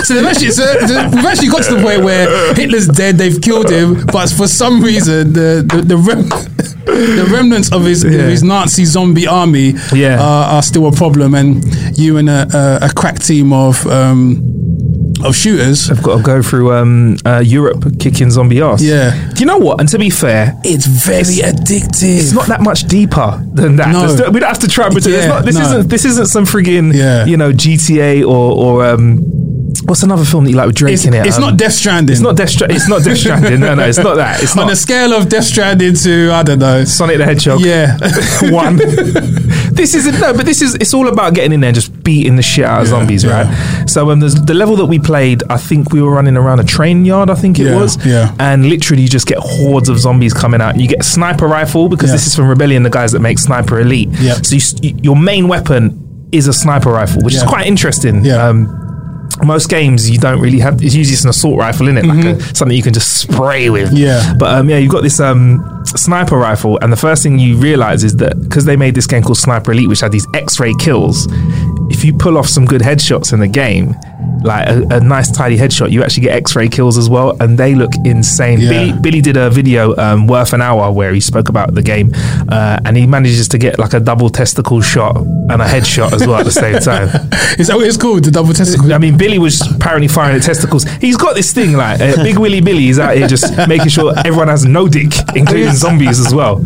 Speaker 3: So they've actually so the- we've actually got to the point where Hitler's dead. They've killed him, but for some reason the the, the, rem, <laughs> the remnants of his
Speaker 4: Yeah.
Speaker 3: of his Nazi zombie army uh,
Speaker 4: Yeah.
Speaker 3: are, are still a problem. And you and a, a, a crack team of um, of shooters.
Speaker 4: I've got to go through um, uh, Europe kicking zombie ass.
Speaker 3: Yeah.
Speaker 4: Do you know what? And to be fair,
Speaker 3: It's very addictive.
Speaker 4: it's not that much deeper than that.
Speaker 3: No.
Speaker 4: There's no- we don't have to try and pretend. it's
Speaker 3: Yeah,
Speaker 4: not, this
Speaker 3: no.
Speaker 4: isn't this isn't some friggin'
Speaker 3: Yeah.
Speaker 4: you know GTA or or um, what's another film that you like with Drake
Speaker 3: It's,
Speaker 4: in it?
Speaker 3: it's
Speaker 4: Um,
Speaker 3: not Death Stranding.
Speaker 4: It's not Death. Stra- it's not Death Stranding. No, no, it's not that. It's
Speaker 3: <laughs> On
Speaker 4: not
Speaker 3: a scale of Death Stranding to I don't know.
Speaker 4: Sonic the Hedgehog.
Speaker 3: Yeah. <laughs>
Speaker 4: <laughs> one. this is no, but this is it's all about getting in there, and just beating the shit out of zombies,
Speaker 3: yeah.
Speaker 4: right? So um, there's, the level that we played, I think we were running around a train yard, I think it
Speaker 3: Yeah,
Speaker 4: was,
Speaker 3: yeah.
Speaker 4: and literally you just get hordes of zombies coming out. You get a sniper rifle because
Speaker 3: Yeah.
Speaker 4: this is from Rebellion, the guys that make Sniper Elite.
Speaker 3: Yeah.
Speaker 4: So you, s- y- your main weapon is a sniper rifle, which is
Speaker 3: Yeah.
Speaker 4: quite interesting.
Speaker 3: Yeah.
Speaker 4: Um, most games you don't really have. It's usually just an assault rifle, isn't it? Like a, something you can just spray with.
Speaker 3: Mm-hmm. Yeah.
Speaker 4: But um, yeah, you've got this um, sniper rifle, and the first thing you realize is that because they made this game called Sniper Elite, which had these X-ray kills, if you pull off some good headshots in the game, like a, a nice tidy headshot, you actually get X-ray kills as well, and they look insane.
Speaker 3: Yeah.
Speaker 4: Billy, Billy did a video um, worth an hour where he spoke about the game, uh, and he manages to get like a double testicle shot and a headshot as well at
Speaker 3: <laughs>
Speaker 4: the same time.
Speaker 3: Is that what it's called? The double testicle.
Speaker 4: I mean, Billy was apparently firing at testicles. He's got this thing like uh, Big Willy Billy is out here just
Speaker 3: <laughs>
Speaker 4: making sure everyone has no dick, including zombies as well.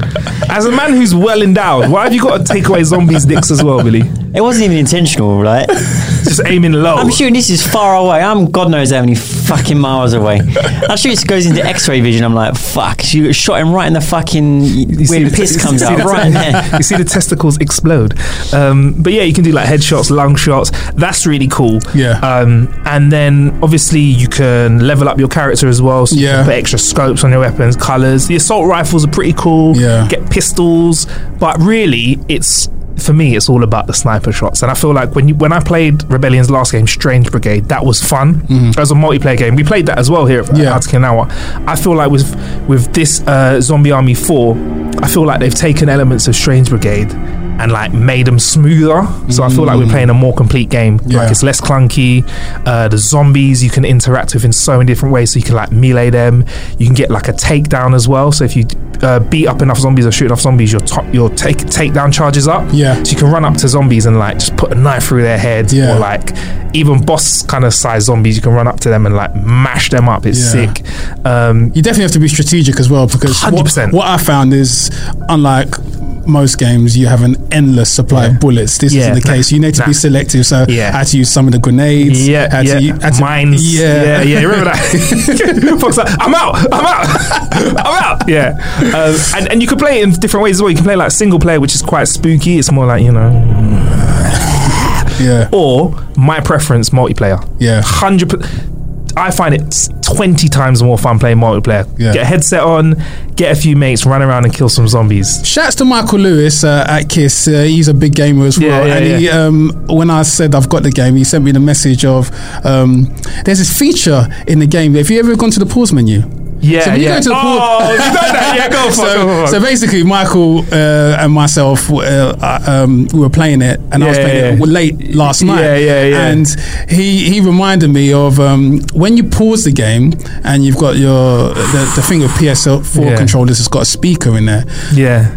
Speaker 4: As a man who's well endowed, why have you got to take away zombies' dicks as well, Billy?
Speaker 5: It wasn't even intentional, right?
Speaker 4: Just aiming low.
Speaker 5: I'm shooting. This is far away. I'm God knows how many fucking
Speaker 4: <laughs>
Speaker 5: miles away. I shoot. This goes into X-ray vision. I'm like, fuck. She shot him right in the fucking where the
Speaker 4: <laughs>
Speaker 5: piss comes out, right in there.
Speaker 4: You see the testicles explode. Um, but yeah, you can do like headshots, lung shots. That's really cool.
Speaker 3: Yeah.
Speaker 4: Um, and then obviously you can level up your character as well. So you
Speaker 3: Yeah.
Speaker 4: can put extra scopes on your weapons, colors. The assault rifles are pretty cool.
Speaker 3: Yeah.
Speaker 4: Get pistols. But really, it's for me, it's all about the sniper shots. And I feel like when you, when I played Rebellion's last game, Strange Brigade, that was fun. As a multiplayer game, we played that as well here at
Speaker 3: Yeah.
Speaker 4: yeah. Kanawa. I feel like with with this uh, Zombie Army Four, I feel like they've taken elements of Strange Brigade and like made them smoother. So I feel like we're playing a more complete game.
Speaker 3: Yeah.
Speaker 4: Like it's less clunky. Uh, the zombies you can interact with in so many different ways. So you can like melee them. You can get like a takedown as well. So if you uh, beat up enough zombies or shoot enough zombies, your top your take takedown charges up.
Speaker 3: Yeah.
Speaker 4: So you can run up to zombies and like just put a knife through their head.
Speaker 3: Yeah.
Speaker 4: Or like even boss kind of size zombies, you can run up to them and like mash them up. It's
Speaker 3: Yeah.
Speaker 4: sick. Um,
Speaker 3: You definitely have to be strategic as well because what,
Speaker 4: 100%.
Speaker 3: what I found is, unlike most games, you have an endless supply of bullets. This
Speaker 4: Yeah.
Speaker 3: isn't the case. You need to be
Speaker 4: Nah.
Speaker 3: selective. So
Speaker 4: Yeah.
Speaker 3: I had to use some of the grenades.
Speaker 4: yeah,
Speaker 3: I had to
Speaker 4: yeah,
Speaker 3: u- I had to-
Speaker 4: mines.
Speaker 3: Yeah.
Speaker 4: yeah, yeah. You remember that? Fox like, I'm out. I'm out. <laughs> I'm out. Yeah, um, and and you can play it in different ways as well. You can play like single player, which is quite spooky. It's more like you know,
Speaker 3: <laughs> yeah.
Speaker 4: or my preference multiplayer.
Speaker 3: Yeah.
Speaker 4: hundred. percent I find it s- twenty times more fun playing multiplayer.
Speaker 3: Yeah.
Speaker 4: Get a headset on, get a few mates, run around and kill some zombies.
Speaker 3: Shouts to Michael Lewis uh, at Kiss. Uh, he's a big gamer as well.
Speaker 4: Yeah, yeah,
Speaker 3: and he, um, when I said I've got the game, he sent me the message of um, there's this feature in the game. Have you ever gone to the pause menu?
Speaker 4: Yeah,
Speaker 3: So when you
Speaker 4: yeah.
Speaker 3: go to the pool-
Speaker 4: oh, you know that? Yeah, <laughs> go for it. go for
Speaker 3: <laughs> so,
Speaker 4: it.
Speaker 3: so basically, Michael uh, and myself uh, uh, um, we were playing it, and I was
Speaker 4: Yeah,
Speaker 3: playing
Speaker 4: yeah,
Speaker 3: it
Speaker 4: yeah.
Speaker 3: late last night.
Speaker 4: Yeah, yeah, yeah.
Speaker 3: And he he reminded me of um, when you pause the game and you've got your the, the thing of PS4
Speaker 4: Yeah.
Speaker 3: controllers has got a speaker in there.
Speaker 4: yeah.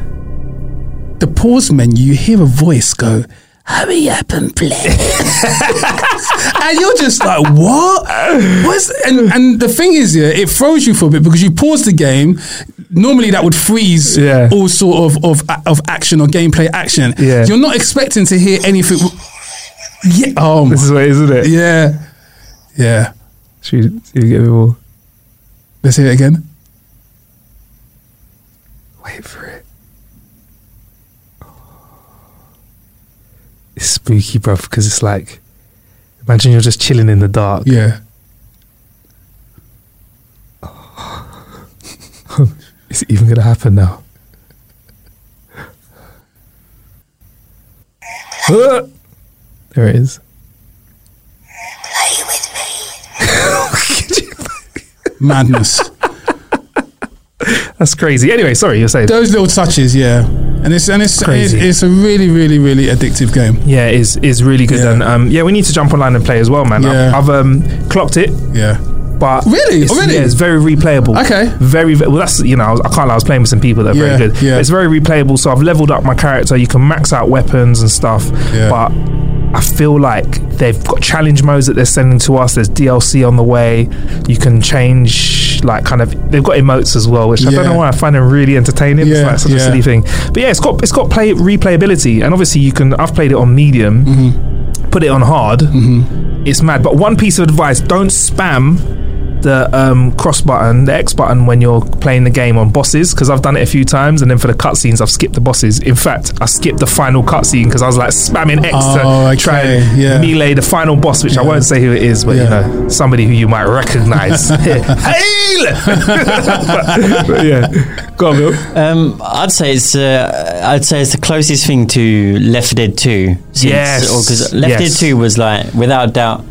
Speaker 3: The pause menu, you hear a voice go. Hurry up and play,
Speaker 4: <laughs>
Speaker 3: and you're just like, what? What's and and the thing is, yeah, it throws you for a bit because you pause the game. Normally, that would freeze
Speaker 4: Yeah.
Speaker 3: all sort of of of action or gameplay action.
Speaker 4: Yeah.
Speaker 3: You're not expecting to hear anything. Yeah. Oh. my-
Speaker 4: This is what it is, isn't it?
Speaker 3: Yeah. Yeah.
Speaker 4: Should we, should we get a bit more?
Speaker 3: Let's hear it again.
Speaker 4: Wait for it. It's spooky, bruv, because it's like, imagine you're just chilling in the dark.
Speaker 3: Yeah.
Speaker 4: Is it even going to happen
Speaker 3: <laughs>
Speaker 4: now? there it is.
Speaker 3: Madness.
Speaker 4: <laughs> That's crazy. Anyway, sorry, you're saying.
Speaker 3: Those little touches. Yeah. And it's and it's, it's
Speaker 4: Crazy.
Speaker 3: it's a really really really addictive game.
Speaker 4: Yeah, it is is really good.
Speaker 3: Yeah.
Speaker 4: And um, yeah, we need to jump online and play as well, man.
Speaker 3: Yeah.
Speaker 4: I've, I've um, clocked it,
Speaker 3: Yeah.
Speaker 4: but
Speaker 3: Really?
Speaker 4: it's,
Speaker 3: Already?
Speaker 4: yeah, it's very replayable.
Speaker 3: Okay.
Speaker 4: very ve- well. That's you know I, was, I can't lie. I was playing with some people that are
Speaker 3: Yeah,
Speaker 4: very good.
Speaker 3: yeah.
Speaker 4: It's very replayable. So I've leveled up my character. You can max out weapons and stuff.
Speaker 3: Yeah.
Speaker 4: But I feel like they've got challenge modes that they're sending to us. There's DLC on the way. You can change like kind of they've got emotes as well, which I don't
Speaker 3: Yeah.
Speaker 4: know why I find them really entertaining.
Speaker 3: Yeah,
Speaker 4: it's like such
Speaker 3: yeah.
Speaker 4: a silly thing. But yeah, it's got it's got play replayability, and obviously you can. I've played it on medium.
Speaker 3: Mm-hmm.
Speaker 4: Put it on hard. It's mad. But one piece of advice: don't spam the um, cross button, the X button when you're playing the game on bosses, because I've done it a few times, and then for the cutscenes, I've skipped the bosses. In fact, I skipped the final cutscene because I was like spamming X
Speaker 3: Oh,
Speaker 4: to
Speaker 3: okay,
Speaker 4: try and
Speaker 3: yeah.
Speaker 4: melee the final boss, which I won't say who it is, but
Speaker 3: Yeah.
Speaker 4: you know, somebody who you
Speaker 3: <laughs>
Speaker 4: might recognize. <laughs> Hail! <laughs> But yeah, go on, Bill.
Speaker 5: Um, I'd say it's uh, I'd say it's the closest thing to Left 4 Dead 2. Since,
Speaker 4: Yes,
Speaker 5: because Left 4
Speaker 4: yes.
Speaker 5: Dead 2 was like without doubt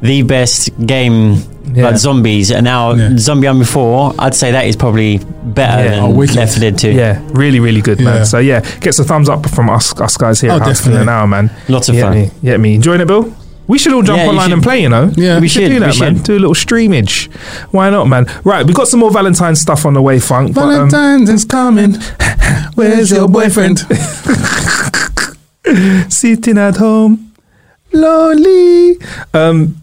Speaker 5: the best game
Speaker 4: Yeah.
Speaker 5: like zombies, and now
Speaker 3: Yeah.
Speaker 5: Zombie Army 4. I'd say that is probably better
Speaker 4: Yeah.
Speaker 5: than
Speaker 3: Oh, wicked.
Speaker 5: Left 4 Dead 2.
Speaker 4: Yeah, really, really good,
Speaker 3: Yeah.
Speaker 4: man. So yeah, gets a thumbs up from us, us guys here
Speaker 3: Oh,
Speaker 4: at House Clean
Speaker 3: definitely.
Speaker 4: an Hour, man.
Speaker 5: Lots of
Speaker 4: You get
Speaker 5: fun.
Speaker 4: Me, you get me enjoying it, Bill. We should all jump
Speaker 5: Yeah, you
Speaker 4: online and
Speaker 5: should.
Speaker 4: play, you know.
Speaker 3: Yeah. We
Speaker 4: we should,
Speaker 5: should,
Speaker 4: do that,
Speaker 5: we
Speaker 4: man.
Speaker 5: should.
Speaker 4: Do a little streamage. Why not, man? Right, we got some more Valentine's stuff on the way, Funk. but, um,
Speaker 3: Valentine's is
Speaker 4: <laughs>
Speaker 3: coming. Where's your boyfriend?
Speaker 4: sitting at home, lonely. Um,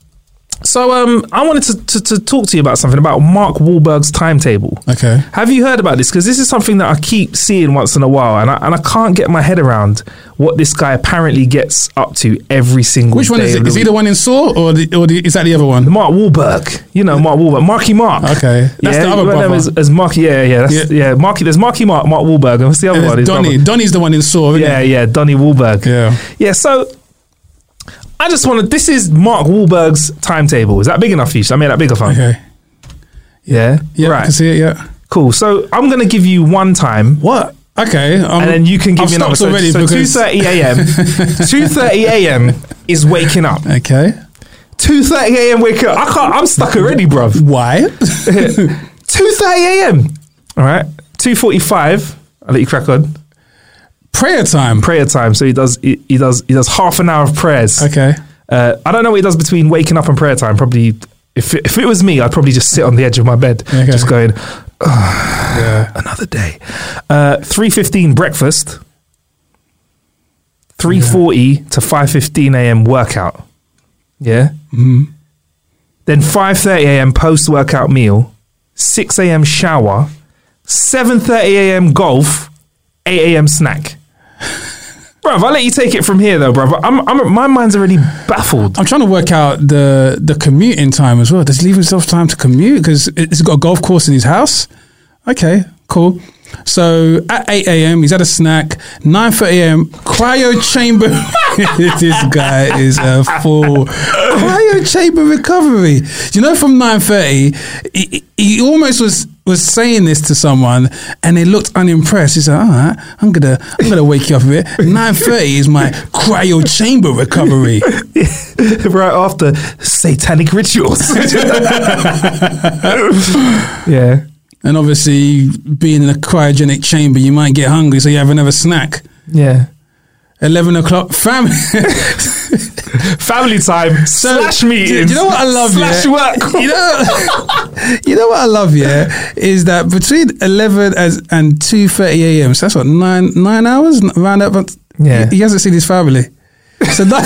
Speaker 4: so um, I wanted to, to, to talk to you about something about Mark Wahlberg's timetable.
Speaker 3: Okay.
Speaker 4: Have you heard about this? Because this is something that I keep seeing once in a while, and I, and I can't get my head around what this guy apparently gets up to every single
Speaker 3: Which one
Speaker 4: day
Speaker 3: is
Speaker 4: of
Speaker 3: it?
Speaker 4: the
Speaker 3: Is he
Speaker 4: week.
Speaker 3: the one in Saw or the, or the, is that the other one?
Speaker 4: Mark Wahlberg, you know Mark Wahlberg, Marky Mark.
Speaker 3: Okay. That's the other
Speaker 4: you know
Speaker 3: brother.
Speaker 4: him As, as Marky, yeah, yeah, that's,
Speaker 3: Yeah.
Speaker 4: yeah, Marky. There's Marky Mark, Mark Wahlberg, and what's the other
Speaker 3: And
Speaker 4: one?
Speaker 3: it's
Speaker 4: His brother.
Speaker 3: Donnie. Donnie's the one in Saw, isn't
Speaker 4: Yeah,
Speaker 3: it?
Speaker 4: yeah, Donnie Wahlberg.
Speaker 3: Yeah.
Speaker 4: Yeah, so I just wanted this is Mark Wahlberg's timetable. Is that big enough for you? Should I made that bigger fun.
Speaker 3: Okay.
Speaker 4: Yeah.
Speaker 3: Yeah, I
Speaker 4: Right.
Speaker 3: can see it, yeah.
Speaker 4: Cool. So I'm gonna give you one time.
Speaker 3: What? Okay, um,
Speaker 4: and then you can give
Speaker 3: I've
Speaker 4: me another.
Speaker 3: stopped
Speaker 4: So,
Speaker 3: already
Speaker 4: so two
Speaker 3: because-
Speaker 4: thirty a.m. two thirty a.m. is waking up.
Speaker 3: Okay,
Speaker 4: Two thirty a.m. wake up. I can't. I'm stuck already, bruv. <laughs>
Speaker 3: why?
Speaker 4: Two thirty a.m. All right. Two forty-five. I'll let you crack on.
Speaker 3: Prayer time.
Speaker 4: Prayer time. So he does. He, he does. He does half an hour of prayers.
Speaker 3: Okay,
Speaker 4: Uh, I don't know what he does between waking up and prayer time. Probably, if it, if it was me, I'd probably just sit on the edge of my bed,
Speaker 3: Okay.
Speaker 4: just going
Speaker 3: yeah,
Speaker 4: another day. Uh, Three fifteen breakfast. Three forty to five fifteen a.m. workout. Yeah. Mm. Then five thirty a.m. post workout meal. Six a.m. shower. Seven thirty a.m. golf. Eight a.m. <laughs> snack. Bruv, I'll let you take it from here though, bruv. I'm, I'm, my mind's already baffled.
Speaker 3: I'm trying to work out the the commuting time as well. Does he leave himself time to commute because he's got a golf course in his house? Okay, cool. So at 8 a.m. he's had a snack. 9:30 a.m. cryo chamber. <laughs> this guy is a fool. Cryo chamber recovery. You know, from 9:30, he, he he almost was was saying this to someone, and they looked unimpressed. He's like, "All right, I'm gonna I'm gonna wake you up a bit." 9:30 is my cryo chamber recovery.
Speaker 4: <laughs> right after satanic rituals. <laughs> yeah.
Speaker 3: And obviously, being in a cryogenic chamber, you might get hungry, so you have another snack.
Speaker 4: Yeah.
Speaker 3: 11 o'clock, <laughs> family.
Speaker 4: Family time slash meetings.
Speaker 3: You know what I love,
Speaker 4: Slash
Speaker 3: yeah?
Speaker 4: work.
Speaker 3: You know, <laughs> you know what I love, yeah? Is that between 11 as, and 2.30 a.m., so that's what, nine nine hours? Round up, but
Speaker 4: Yeah.
Speaker 3: he, he hasn't seen his family. So <laughs> nine,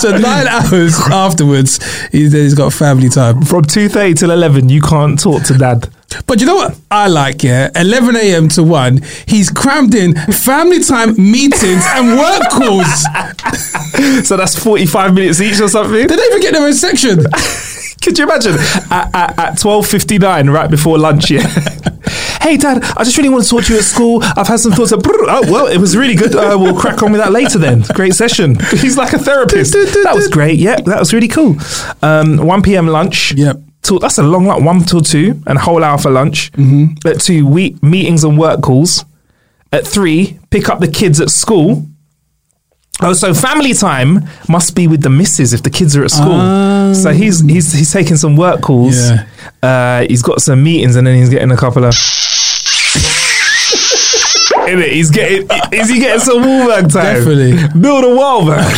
Speaker 3: so
Speaker 4: <laughs>
Speaker 3: nine hours afterwards, he's, he's got family time.
Speaker 4: From two thirty till eleven, you can't talk to dad.
Speaker 3: But you know what I like, yeah? 11 a.m. to 1, he's crammed in family time, meetings, and work
Speaker 4: <laughs>
Speaker 3: calls.
Speaker 4: So that's forty-five minutes each or something.
Speaker 3: They don't even get their own section.
Speaker 4: <laughs> Could you imagine at, at, at twelve fifty-nine, right before lunch? Yeah. <laughs> hey, dad, I just really want to talk to you at school. I've had some thoughts. Of, oh well, it was really good. Uh, we'll crack on with that later. Then, great session. <laughs> He's like a therapist. that was great. Yeah, that was really cool. Um, one p.m. lunch.
Speaker 3: Yep.
Speaker 4: Till, that's a long like one till two and a whole hour for lunch. Mm-hmm. At two, we, meetings and work calls. At three, pick up the kids at school. Oh, so family time must be with the missus if the kids are at school. so he's he's he's taking some work calls.
Speaker 3: Yeah.
Speaker 4: Uh, he's got some meetings and then he's getting a couple of. Innit? He's getting is he getting some wall work time?
Speaker 3: Definitely.
Speaker 4: build a wall, man.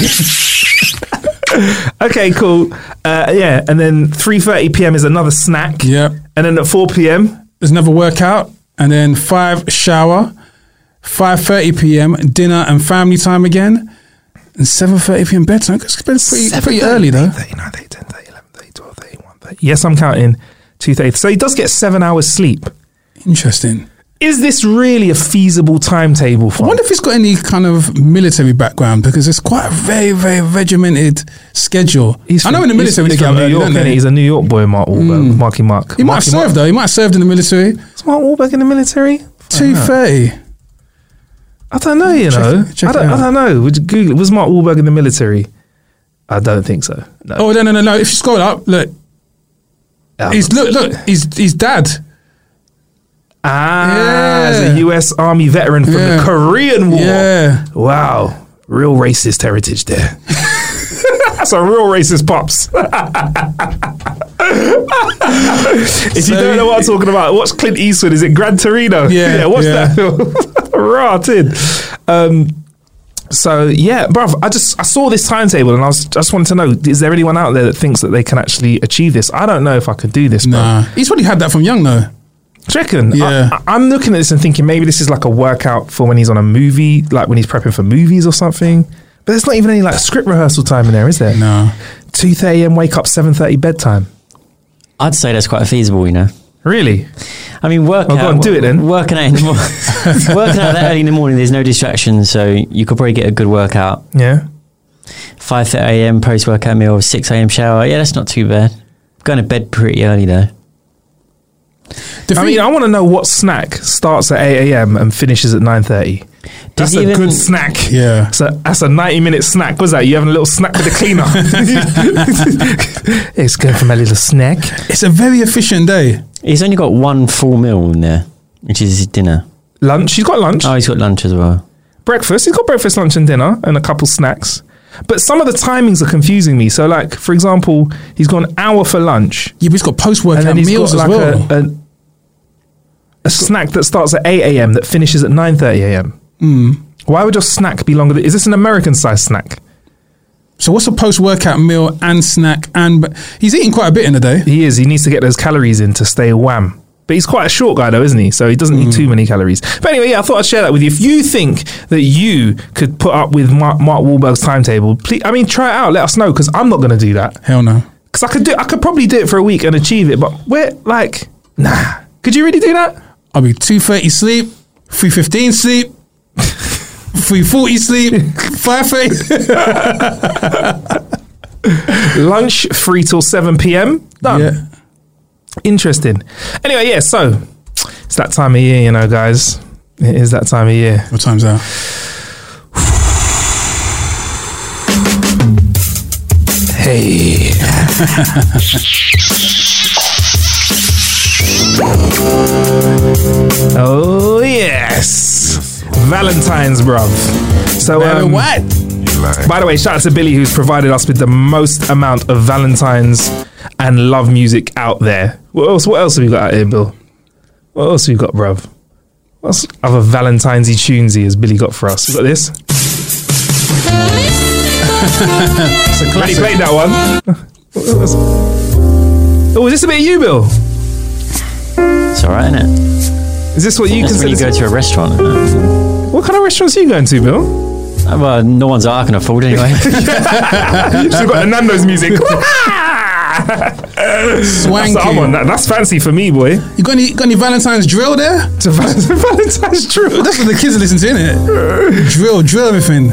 Speaker 4: <laughs> okay, cool. Uh, yeah, and then three thirty p.m. is another snack.
Speaker 3: Yep.
Speaker 4: and then at four p.m.
Speaker 3: There's another workout, and then 5 shower, 5.30 p.m. dinner and family time again, and 7.30 p.m. bedtime. It's been pretty, pretty early, though.
Speaker 4: 39, 30, 30, 11, 30, 12, 30, 1, 30. Yes, I'm counting two thirty. So he does get seven hours sleep.
Speaker 3: Interesting.
Speaker 4: Is this really a feasible timetable for?
Speaker 3: I wonder if he's got any kind of military background because it's quite a very, very regimented schedule.
Speaker 4: He's
Speaker 3: I know
Speaker 4: from-
Speaker 3: in the military they
Speaker 4: he's, he's
Speaker 3: get
Speaker 4: from
Speaker 3: up
Speaker 4: New
Speaker 3: early,
Speaker 4: York,
Speaker 3: don't
Speaker 4: innit?
Speaker 3: they? Hmm.
Speaker 4: He's a New York boy, Mark Wahlberg. Marky Mark.
Speaker 3: He might have
Speaker 4: Marky Mark.
Speaker 3: served though. He might have served in the military.
Speaker 4: Is Mark Wahlberg in the military?
Speaker 3: Two thirty.
Speaker 4: I don't know. You know,
Speaker 3: it- check
Speaker 4: I,
Speaker 3: it
Speaker 4: don't, I
Speaker 3: out.
Speaker 4: don't know. Would you Google it? Was Mark Wahlberg in the military? I don't think so. No.
Speaker 3: Oh no no no no! If you scroll up, look,
Speaker 4: Um,
Speaker 3: he's look look, he's he's dad.
Speaker 4: ah,
Speaker 3: Yeah.
Speaker 4: he's a U.S. Army veteran from the
Speaker 3: Yeah.
Speaker 4: Korean War.
Speaker 3: Yeah,
Speaker 4: Wow, real racist heritage there. <laughs> That's a real racist pops. <laughs> if you
Speaker 3: So-
Speaker 4: don't know what I'm talking about, watch Clint Eastwood. Is it Gran Torino? <laughs>
Speaker 3: Yeah,
Speaker 4: watch
Speaker 3: yeah.
Speaker 4: that film. Rotted. Um, so yeah, bruv, I just I saw this timetable and I was just wanted to know: is there anyone out there that thinks that they can actually achieve this? I don't know if I could do this, bro.
Speaker 3: nah. He's probably had that from young though.
Speaker 4: Do you reckon?
Speaker 3: Yeah.
Speaker 4: I, am looking at this and thinking maybe this is like a workout for when he's on a movie, like when he's prepping for movies or something. But there's not even any like script rehearsal time in there, is there?
Speaker 3: No,
Speaker 4: Two thirty a.m. wake up, seven thirty bedtime.
Speaker 5: I'd say that's quite feasible, you know.
Speaker 4: Really?
Speaker 5: I mean, working
Speaker 4: Well, go
Speaker 5: out,
Speaker 4: on, do it then.
Speaker 5: Working out, in the
Speaker 4: <laughs>
Speaker 5: mor- working out that early in the morning, there's no distractions, so you could probably get a good workout.
Speaker 4: Yeah.
Speaker 5: Five thirty a.m. post-workout meal, six a.m. shower. Yeah, that's not too bad. Going to bed pretty early though.
Speaker 3: the
Speaker 4: I
Speaker 3: thing-
Speaker 4: mean, I want to know what snack starts at eight a.m. and finishes at nine thirty. That's
Speaker 5: he
Speaker 4: a
Speaker 5: even-
Speaker 4: good snack.
Speaker 3: Yeah.
Speaker 4: So that's a ninety-minute snack. Was that you having a little snack with the
Speaker 3: <laughs>
Speaker 4: cleaner? <laughs> it's good for my little snack.
Speaker 3: it's a very efficient day.
Speaker 5: He's only got one full meal in there, which is his dinner.
Speaker 4: lunch. He's got lunch.
Speaker 5: Oh, he's got lunch as well.
Speaker 4: breakfast. He's got breakfast, lunch, and dinner, and a couple snacks. But some of the timings are confusing me. So, like for example, he's got an hour for lunch,
Speaker 3: Yeah, but he's got post
Speaker 4: and
Speaker 3: workout
Speaker 4: then he's
Speaker 3: meals
Speaker 4: got like
Speaker 3: as well.
Speaker 4: a, a, a snack that starts at eight a.m. that finishes at nine thirty a.m.
Speaker 3: Hmm.
Speaker 4: Why would your snack be longer? Than, is this an American sized snack?
Speaker 3: so what's a post workout meal and snack and but he's eating quite a bit in a day.
Speaker 4: He is. He needs to get those calories in to stay wham. But he's quite a short guy, though, isn't he? So he doesn't need too many calories. But anyway, yeah, I thought I'd share that with you. If you think that you could put up with Mark, Mark Wahlberg's timetable, please, I mean, try it out. Let us know because I'm not going to do that.
Speaker 3: Hell no.
Speaker 4: Because I could do, I could probably do it for a week and achieve it. But we're like, nah. Could you really do that?
Speaker 3: I'll be two thirty sleep, three fifteen sleep, three forty sleep, five thirty.
Speaker 4: Lunch three till seven p.m. <laughs> Done.
Speaker 3: Yeah.
Speaker 4: Interesting. Anyway, yeah. So it's that time of year, you know, guys. It is that time of year.
Speaker 3: What time's that?
Speaker 4: Hey. <laughs> oh yes, Valentine's, bruv. So um,
Speaker 3: what?
Speaker 4: By the way, shout out to Billy who's provided us with the most amount of Valentine's and love music out there. What else? What else have we got out here, Bill? What else have we got, bruv? What's other Valentine'sy tunesy has Billy got for us? We got this. it's a classic. played that one. <laughs> Oh, is this a bit of you, Bill?
Speaker 5: It's all right, isn't it?
Speaker 4: Is this what you
Speaker 5: That's when
Speaker 4: consider?
Speaker 5: you go to a restaurant. isn't it?
Speaker 4: what kind of restaurants are you going to, Bill?
Speaker 5: Uh, Well, no one's that I can afford anyway.
Speaker 4: You've still got the Nando's music. <laughs> that's, the
Speaker 3: Swanky.
Speaker 4: one. That- that's fancy for me, boy. <laughs>
Speaker 3: You got any, got any Valentine's drill there?
Speaker 4: to Val- Valentine's drill.
Speaker 3: That's what the kids listen to, innit?
Speaker 4: <laughs>
Speaker 3: drill, drill everything.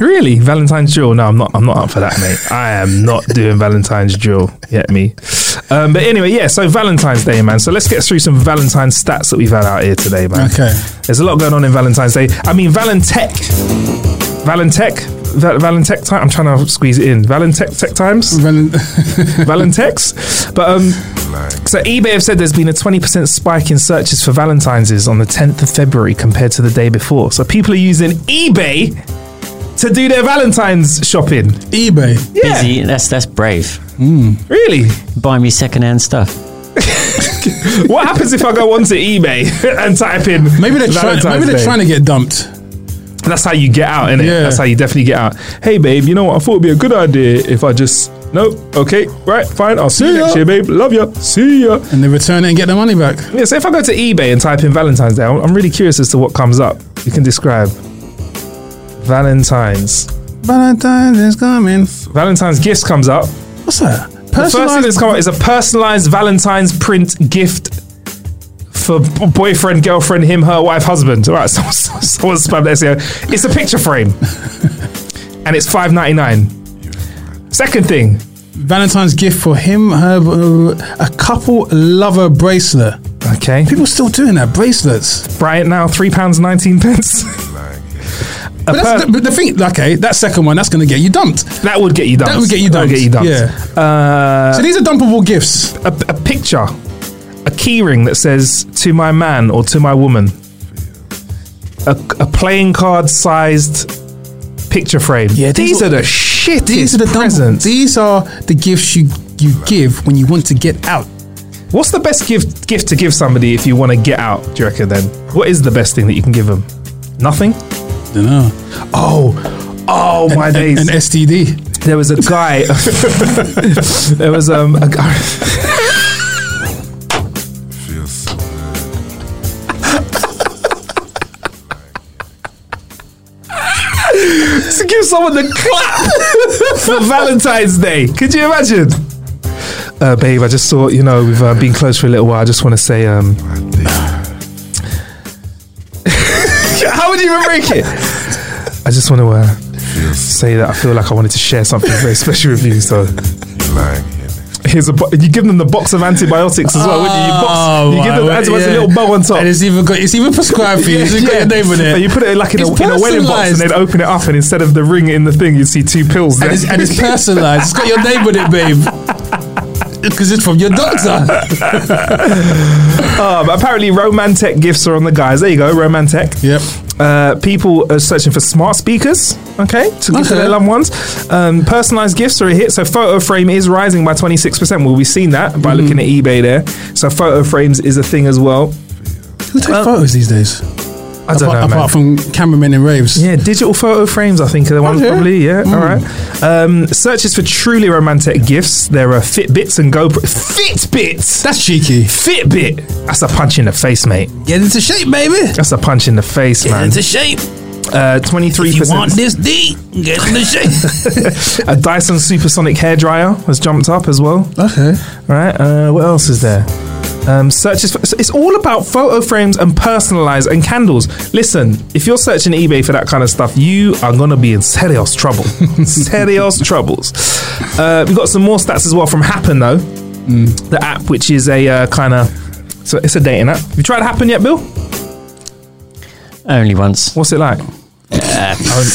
Speaker 4: Really, Valentine's drill? No, I'm not. I'm not up for that, mate. I am not doing Valentine's drill. Get me. Um, but anyway, yeah. So Valentine's Day, man. So let's get through some Valentine's stats that we've had out here today, man.
Speaker 3: Okay.
Speaker 4: There's a lot going on in Valentine's Day. I mean, Valentech, Valentech, Val- Valentech time. I'm trying to squeeze it in. Valentech tech times.
Speaker 3: Val-
Speaker 4: Valentex. But um, so eBay have said there's been a 20% spike in searches for Valentine's on the 10th of February compared to the day before. So people are using eBay to do their Valentine's shopping.
Speaker 3: <laughs> eBay.
Speaker 4: <laughs> Yeah,
Speaker 5: Busy. That's that's brave.
Speaker 4: really.
Speaker 5: Buy me secondhand stuff.
Speaker 4: What happens if I go onto eBay <laughs> and type in
Speaker 3: Maybe they're, trying,
Speaker 4: Valentine's
Speaker 3: maybe they're
Speaker 4: Day?
Speaker 3: trying to get dumped.
Speaker 4: That's how you get out, innit?
Speaker 3: Yeah.
Speaker 4: That's how you definitely get out. Hey, babe, you know what? I thought it'd be a good idea if I just. Nope. Okay. Right. Fine. I'll see,
Speaker 3: See
Speaker 4: you
Speaker 3: ya.
Speaker 4: next year, babe. Love ya. See ya.
Speaker 3: And they return it and get their money back.
Speaker 4: Yeah, so if I go to eBay and type in Valentine's Day, I'm I'm really curious as to what comes up. You can describe Valentine's.
Speaker 3: Valentine's is coming.
Speaker 4: Valentine's gifts comes up.
Speaker 3: What's that?
Speaker 4: The first thing that's
Speaker 3: Personalized.
Speaker 4: come up is a personalized Valentine's print gift for b- boyfriend, girlfriend, him, her, wife, husband. All right, <laughs> someone, someone spammed that SEO. It's a picture frame, and it's five ninety nine. Second thing,
Speaker 3: Valentine's gift for him, her, uh, a couple lover bracelet.
Speaker 4: okay,
Speaker 3: People still doing that, bracelets.
Speaker 4: buy it now, three pounds nineteen pence. <laughs> A
Speaker 3: But, that's,
Speaker 4: per-
Speaker 3: the, but the thing, okay, that second one, that's going to get you dumped.
Speaker 4: that would get you dumped.
Speaker 3: That would get you
Speaker 4: That would
Speaker 3: dumped.
Speaker 4: get you dumped. Uh,
Speaker 3: Yeah. so these are dumpable gifts.
Speaker 4: a, a picture, a keyring that says "to my man" or "to my woman," a, a playing card sized picture frame.
Speaker 3: Yeah, these
Speaker 4: these
Speaker 3: are-
Speaker 4: are the shittiest
Speaker 3: These are the dump-
Speaker 4: presents.
Speaker 3: These are the gifts you you give when you want to get out.
Speaker 4: What's the best gift gift to give somebody if you want to get out? Do you reckon? Then what is the best thing that you can give them? Nothing.
Speaker 3: Don't know.
Speaker 4: Oh, oh my days!
Speaker 3: An STD.
Speaker 4: there was a guy. <laughs> there was um a guy. to give someone the clap for Valentine's Day. Could you imagine? Uh, babe, I just thought you know we've uh, been close for a little while. I just want to say, um, <laughs> how would you even break it? I just want to uh, say that I feel like I wanted to share something very special with you. So here's a bo- you give them the box of antibiotics as well, wouldn't you? You, box, you give them the
Speaker 3: my
Speaker 4: antibiotics
Speaker 3: word,
Speaker 4: a little
Speaker 3: Oh, yeah.
Speaker 4: bow on top.
Speaker 3: And it's even got it's even prescribed <laughs> for you. It's even got your name on
Speaker 4: And
Speaker 3: it.
Speaker 4: you put it like in, a,
Speaker 3: It's
Speaker 4: in a wedding box, and
Speaker 3: personalised.
Speaker 4: they'd open it up, and instead of the ring in the thing, you'd see two pills. There.
Speaker 3: and
Speaker 4: <laughs>
Speaker 3: it's, and it's personalized. It's got your name on it, babe. Because it's from your doctor.
Speaker 4: Oh, but apparently Romantech gifts are on the guys. There you go, Romantech.
Speaker 3: Yep.
Speaker 4: Uh, people are searching for smart speakers, okay, to give
Speaker 3: Okay.
Speaker 4: to their loved ones. Um, personalized gifts are a hit. So photo frame is rising by 26%. Well, we've seen that
Speaker 3: Mm-hmm.
Speaker 4: by looking at eBay there. So photo frames is a thing as well.
Speaker 3: Who takes photos these days?
Speaker 4: I don't
Speaker 3: apart,
Speaker 4: know, man.
Speaker 3: apart from cameramen in raves.
Speaker 4: Yeah, digital photo frames, I think, are the ones
Speaker 3: Okay.
Speaker 4: probably. Yeah, all right. Um, searches for truly romantic gifts. There are Fitbits and GoPro. Fitbits!
Speaker 3: That's cheeky.
Speaker 4: Fitbit! That's a punch in the face, mate.
Speaker 3: Get into shape, baby.
Speaker 4: That's a punch in the face, man.
Speaker 3: shape.
Speaker 4: Uh, 23%.
Speaker 3: this D, get into shape.
Speaker 4: A Dyson Supersonic hairdryer has jumped up as well.
Speaker 3: <laughs> okay.
Speaker 4: Right. Uh, what else is there? Um, searches. For, so it's all about photo frames and personalized and candles. Listen, if you're searching eBay for that kind of stuff, you are gonna be in serious trouble. serious troubles. Uh, we've got some more stats as well from Happen though, the app which is a uh, kind of. So it's a dating app. Have you tried Happen yet, Bill?
Speaker 5: Only once.
Speaker 4: What's it like? Only-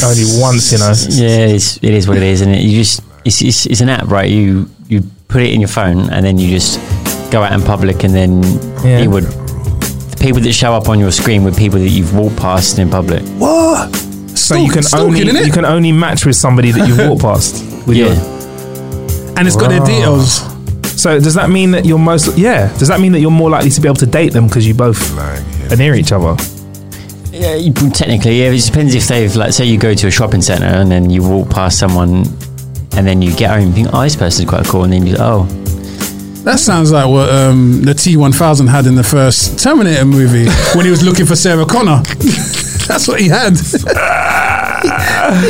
Speaker 4: Only once, you know.
Speaker 5: Yeah, it's, it is what it is, and it, you just it's, it's it's an app, right? You you put it in your phone, and then you just go out in public, and then
Speaker 4: Yeah.
Speaker 5: you would the people that show up on your screen were people that you've walked past in public.
Speaker 3: What?
Speaker 4: So you can only
Speaker 3: it?
Speaker 4: you can only match with somebody that you've walked past.
Speaker 5: <laughs>
Speaker 4: With your,
Speaker 3: and it's got their details.
Speaker 4: So does that mean that you're most yeah? Does that mean that you're more likely to be able to date them because you both are near each other?
Speaker 5: Yeah, you, technically, yeah. It depends if they've, like, say you go to a shopping centre and then you walk past someone and then you get home and think, oh, this person's quite cool. And then you oh,
Speaker 3: That sounds like what um, the T1000 had in the first Terminator movie when he was looking for Sarah Connor. <laughs> That's what he had. <laughs> he,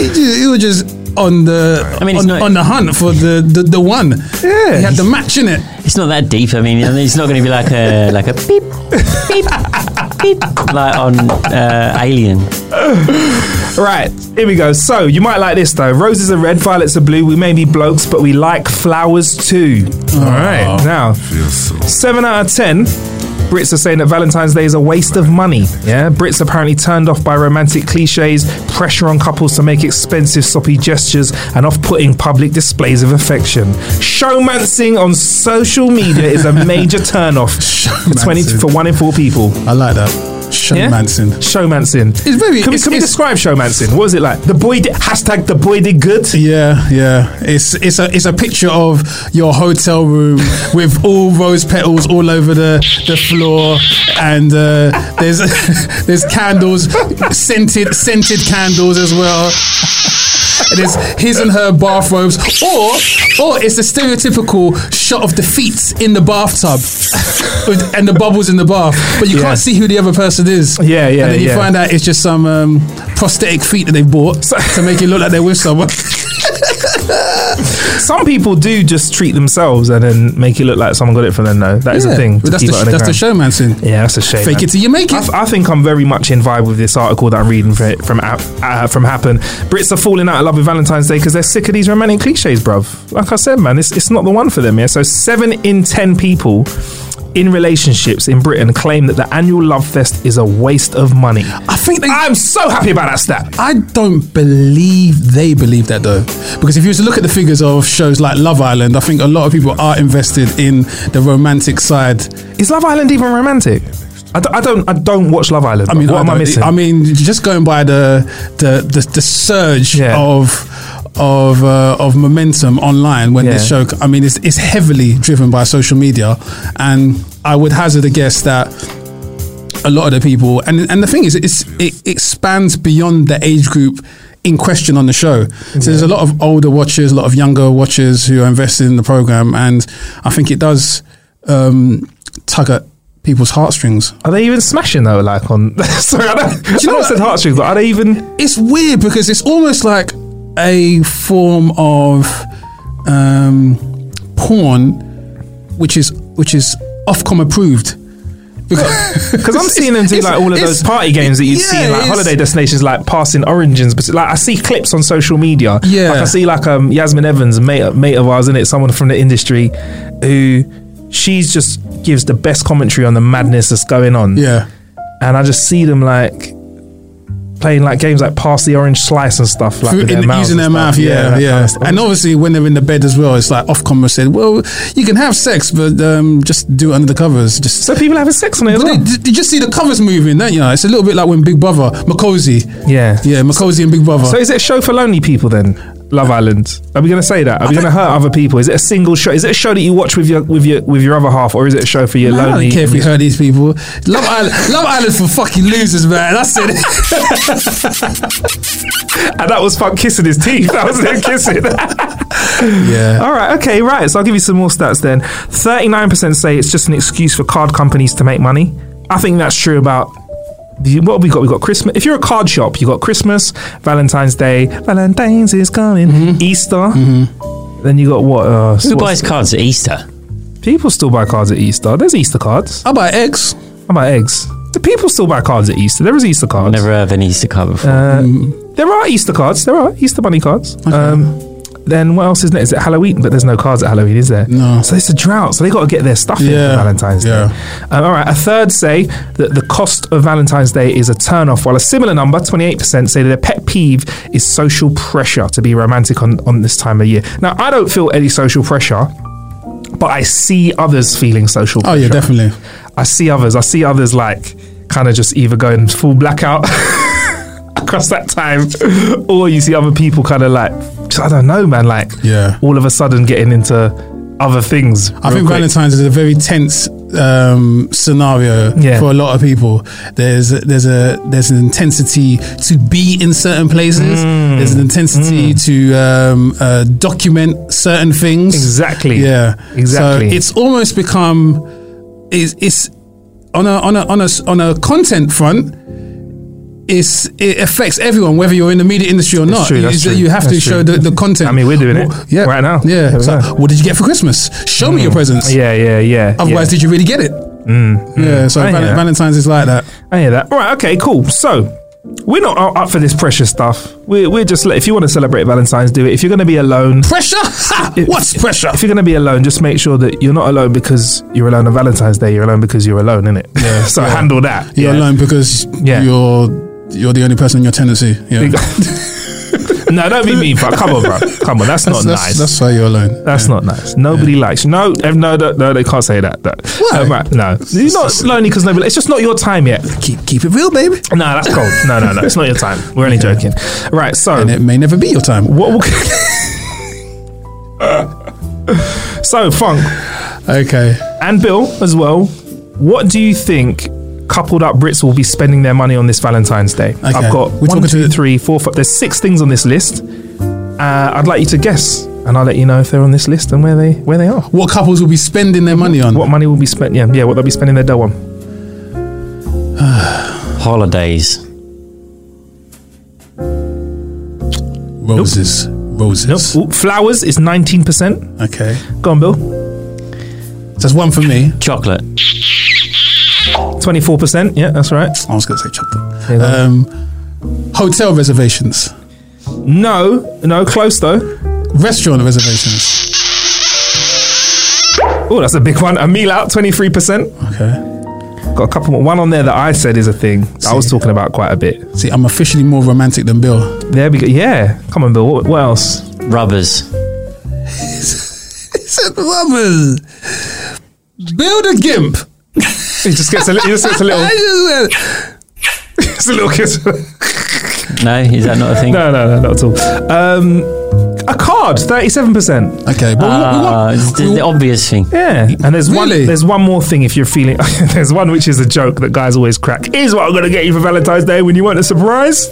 Speaker 3: just, he was just on the
Speaker 5: I mean, it's
Speaker 3: on,
Speaker 5: not-
Speaker 3: on the hunt for the, the, the one. Yeah. He had the match in it.
Speaker 5: it's not that deep. I mean, it's not going to be like a like a beep, beep, beep, like on uh, Alien.
Speaker 4: Right, here we go. So you might like this though. Roses are red, violets are blue. We may be blokes, but we like flowers too. All right,
Speaker 3: Oh,
Speaker 4: now seven out of ten. Brits are saying that Valentine's Day is a waste of money. Yeah, Brits apparently turned off by romantic cliches, pressure on couples to make expensive, soppy gestures, and off-putting public displays of affection. Showmancing on social media is a
Speaker 3: <laughs>
Speaker 4: major turn-off for twenty
Speaker 3: Showmancing.
Speaker 4: for one in four people.
Speaker 3: I like that. Sean Manson.
Speaker 4: Showmancing.
Speaker 3: It's very-
Speaker 4: Can we,
Speaker 3: it's-
Speaker 4: can we
Speaker 3: it's-
Speaker 4: describe showmancing? What was it like? The boy did, hashtag the boy did good.
Speaker 3: Yeah, yeah. It's it's a it's a picture of your hotel room
Speaker 4: <laughs>
Speaker 3: with all rose petals all over the, the floor, and uh, there's <laughs> there's candles, scented scented candles as well. And it's his and her bathrobes, or or it's the stereotypical shot of the feet in the bathtub, with- and the bubbles in the bath, but you
Speaker 4: Yeah.
Speaker 3: can't see who the other person is.
Speaker 4: Yeah, yeah,
Speaker 3: And then you
Speaker 4: yeah.
Speaker 3: find out it's just some um, prosthetic feet that they've bought to make it look like they're with someone. <laughs>
Speaker 4: Some people do just treat themselves and then make it look like someone got it for them. though. that is
Speaker 3: Yeah,
Speaker 4: a thing.
Speaker 3: but
Speaker 4: to
Speaker 3: that's
Speaker 4: keep
Speaker 3: the,
Speaker 4: it on the
Speaker 3: that's the showman
Speaker 4: ground.
Speaker 3: scene.
Speaker 4: Yeah, that's a shame.
Speaker 3: Fake
Speaker 4: man.
Speaker 3: it till you make it.
Speaker 4: I, th- I think I'm very much in vibe with this article that I'm reading for, from App- uh, from Happen. Brits are falling out of love with Valentine's Day because they're sick of these romantic cliches, bruv. Like I said, man, it's, it's not the one for them. Yeah, so seven in ten people in relationships in Britain claim that the annual love fest is a waste of money.
Speaker 3: I think they.
Speaker 4: I'm so happy about that stat.
Speaker 3: I don't believe they believe that though, because if you was to look at the figures of shows like Love Island, I think a lot of people are invested in the romantic side.
Speaker 4: Is Love Island even romantic? I, d- I don't. I don't watch Love Island.
Speaker 3: I mean,
Speaker 4: what
Speaker 3: I
Speaker 4: am I
Speaker 3: don't-
Speaker 4: missing?
Speaker 3: I mean, just going by the the the, the surge
Speaker 4: Yeah.
Speaker 3: of of uh, of momentum online when this
Speaker 4: Yeah.
Speaker 3: show. I mean, it's it's heavily driven by social media, and I would hazard a guess that. A lot of the people, and and the thing is, it's, it expands beyond the age group in question on the show. So there's a lot of older watchers, a lot of younger watchers who are invested in the program, and I think it does um, tug at people's heartstrings.
Speaker 4: are they even smashing though? Like on? <laughs> sorry, I don't. Do you know I
Speaker 3: know
Speaker 4: what? said heartstrings, but are they even?
Speaker 3: it's weird because it's almost like a form of um, porn, which is which is Ofcom approved.
Speaker 4: <laughs> Because I'm seeing them do
Speaker 3: It's-
Speaker 4: like all of
Speaker 3: it's-
Speaker 4: those party games that you'd
Speaker 3: yeah,
Speaker 4: see in like
Speaker 3: it's-
Speaker 4: holiday destinations, like passing oranges. But like I see clips on social media.
Speaker 3: Yeah.
Speaker 4: like I see like um Yasmin Evans, a mate mate of ours, in it, someone from the industry, who she's just gives the best commentary on the madness that's going on.
Speaker 3: Yeah,
Speaker 4: and I just see them like playing like games like pass the orange slice and stuff like
Speaker 3: Through-
Speaker 4: with
Speaker 3: in-
Speaker 4: mouths
Speaker 3: using
Speaker 4: and
Speaker 3: their
Speaker 4: stuff.
Speaker 3: mouth, yeah, yeah.
Speaker 4: that kind of stuff.
Speaker 3: and obviously, when they're in the bed as well, it's like Ofcom has said, "Well, you can have sex, but um, just do it under the covers." Just
Speaker 4: so people having sex on it as
Speaker 3: But
Speaker 4: well.
Speaker 3: they- you just see the covers moving, don't you? It's a little bit like when Big Brother, Makozy.
Speaker 4: Yeah.
Speaker 3: yeah, Makozy and Big Brother.
Speaker 4: So is it a show for lonely people then? Love Island. Are we going to say that? Are we going to hurt other people? Is it a single show? Is it a show that you watch with your with your with your other half, or is it a show for your
Speaker 3: I
Speaker 4: lonely?
Speaker 3: don't care if you hurt these people. Love Island, Love Island for fucking losers, man. That's it.
Speaker 4: <laughs> And that was fun kissing his teeth. That was him
Speaker 3: <laughs>
Speaker 4: kissing.
Speaker 3: yeah.
Speaker 4: All right, okay, right. So I'll give you some more stats then. 39% say it's just an excuse for card companies to make money. I think that's true about the- what have we got? We've got Christmas. If you're a card shop, you've got Christmas, Valentine's Day, Valentine's is coming,
Speaker 3: Mm-hmm.
Speaker 4: Easter. Then you got what? Uh,
Speaker 5: Who
Speaker 4: what's-
Speaker 5: buys cards at Easter?
Speaker 4: People still buy cards at Easter. There's Easter cards.
Speaker 3: How about eggs?
Speaker 4: How about eggs? Do people still buy cards at Easter? There is Easter cards.
Speaker 5: Never heard of an Easter card before.
Speaker 4: Uh,
Speaker 3: Mm.
Speaker 4: There are Easter cards. There are Easter bunny cards. Um, then what else is there? Is it Halloween? But there's no cards at Halloween, is there?
Speaker 3: No.
Speaker 4: So it's a drought. So they got to get their stuff in
Speaker 3: Yeah,
Speaker 4: for Valentine's
Speaker 3: yeah.
Speaker 4: Day. Um, all right. A third say that the cost of Valentine's Day is a turn off, while a similar number, 28%, say that a pet peeve is social pressure to be romantic on, on this time of year. Now, I don't feel any social pressure, but I see others feeling social
Speaker 3: Oh
Speaker 4: pressure.
Speaker 3: yeah, definitely.
Speaker 4: I see others. I see others like kind of just either going full blackout <laughs> across that time, or you see other people kind of like just, I don't know, man. Like
Speaker 3: Yeah.
Speaker 4: all of a sudden getting into other things.
Speaker 3: I think Valentine's is a very tense um, scenario
Speaker 4: Yeah.
Speaker 3: for a lot of people. There's a, there's a there's an intensity to be in certain places.
Speaker 4: Mm.
Speaker 3: There's an intensity to um, uh, document certain things.
Speaker 4: Exactly.
Speaker 3: Yeah.
Speaker 4: Exactly.
Speaker 3: So it's almost become it's, it's on a on a on a s- on a content front. It's, it affects everyone, whether you're in the media industry or not.
Speaker 4: true,
Speaker 3: you,
Speaker 4: that's
Speaker 3: you
Speaker 4: true,
Speaker 3: have to
Speaker 4: that's
Speaker 3: show
Speaker 4: true.
Speaker 3: the, the content.
Speaker 4: I mean, we're doing it
Speaker 3: yeah,
Speaker 4: right now.
Speaker 3: Yeah.
Speaker 4: Here we
Speaker 3: It's like, <laughs>
Speaker 4: are.
Speaker 3: what did you get for Christmas? Show me your presents.
Speaker 4: Yeah, yeah, yeah.
Speaker 3: Otherwise,
Speaker 4: yeah. Mm.
Speaker 3: did you really get it? Yeah, so
Speaker 4: I
Speaker 3: Val-
Speaker 4: hear that.
Speaker 3: Valentine's is like that.
Speaker 4: I hear that. All right, okay, cool. So we're not u- up for this pressure stuff. We're, we're just, like- if you want to celebrate Valentine's, do it. If you're going to be alone,
Speaker 3: Pressure? <laughs> Ha! What's pressure?
Speaker 4: if you're going to be alone, just make sure that you're not alone because you're alone on Valentine's Day. You're alone because you're alone, innit? <laughs> Yeah. so handle that.
Speaker 3: You're
Speaker 4: yeah.
Speaker 3: alone because
Speaker 4: Yeah.
Speaker 3: you're you're the only person in your tenancy. Yeah.
Speaker 4: <laughs> no, don't be mean, bro. Come on, bro. Come on, that's,
Speaker 3: That's, that's,
Speaker 4: not Oh, nice. Uh,
Speaker 3: that's why you're alone.
Speaker 4: That's not nice. Nobody likes. No, eh, no, no, no, they can't say that. that.
Speaker 3: Why?
Speaker 4: Um, right, no, you're not lonely because nobody. It's just not your time yet.
Speaker 3: Keep keep it real, baby.
Speaker 4: No, that's cold. No, no, no, it's not your time. We're only joking. Right, so
Speaker 3: And it may never be your time.
Speaker 4: what? Will, <laughs> so funk
Speaker 3: Okay.
Speaker 4: and Bill as well. What do you think? Coupled up Brits will be spending their money on this Valentine's Day. I've got
Speaker 3: We're
Speaker 4: one,
Speaker 3: talking
Speaker 4: two,
Speaker 3: to-
Speaker 4: three, four, five. There's six things on this list. Uh, I'd like you to guess, and I'll let you know if they're on this list and where they where they are.
Speaker 3: What couples will be spending their money on?
Speaker 4: What money will be spent? Yeah, yeah. What they'll be spending their dough on.
Speaker 5: Holidays.
Speaker 3: Roses. Roses.
Speaker 4: Ooh, flowers is nineteen percent.
Speaker 3: Okay.
Speaker 4: Go on, Bill.
Speaker 3: So that's one for me.
Speaker 5: Chocolate.
Speaker 4: Twenty four percent. Yeah, that's right.
Speaker 3: I was going to say chocolate.
Speaker 4: There you go.
Speaker 3: Um, hotel reservations.
Speaker 4: No, no, close though.
Speaker 3: Restaurant reservations.
Speaker 4: Oh, that's a big one. A meal out, twenty three percent.
Speaker 3: Okay.
Speaker 4: Got a couple more. One on there that I said is a thing. that I was talking about quite a bit.
Speaker 3: See, I'm officially more romantic than <laughs> Bill.
Speaker 4: There we go. Yeah, come on, Bill. What, what else?
Speaker 5: Rubbers.
Speaker 3: said rubbers. Build a gimp.
Speaker 4: He
Speaker 3: <laughs>
Speaker 4: just gets a, li- he just gets a little,
Speaker 3: I just said-
Speaker 4: just a little kiss.
Speaker 5: No, is that not a thing?
Speaker 4: no, no, no, not at all. Um, a card, thirty-seven percent.
Speaker 3: okay, but we
Speaker 5: Ah,
Speaker 3: want, we
Speaker 5: it's
Speaker 3: want,
Speaker 5: the, the obvious thing.
Speaker 4: Yeah, and there's one.
Speaker 3: Really?
Speaker 4: There's one more thing if you're feeling. <laughs> there's one which is a joke that guys always crack. Here's what I'm gonna get you for Valentine's Day when you want a surprise.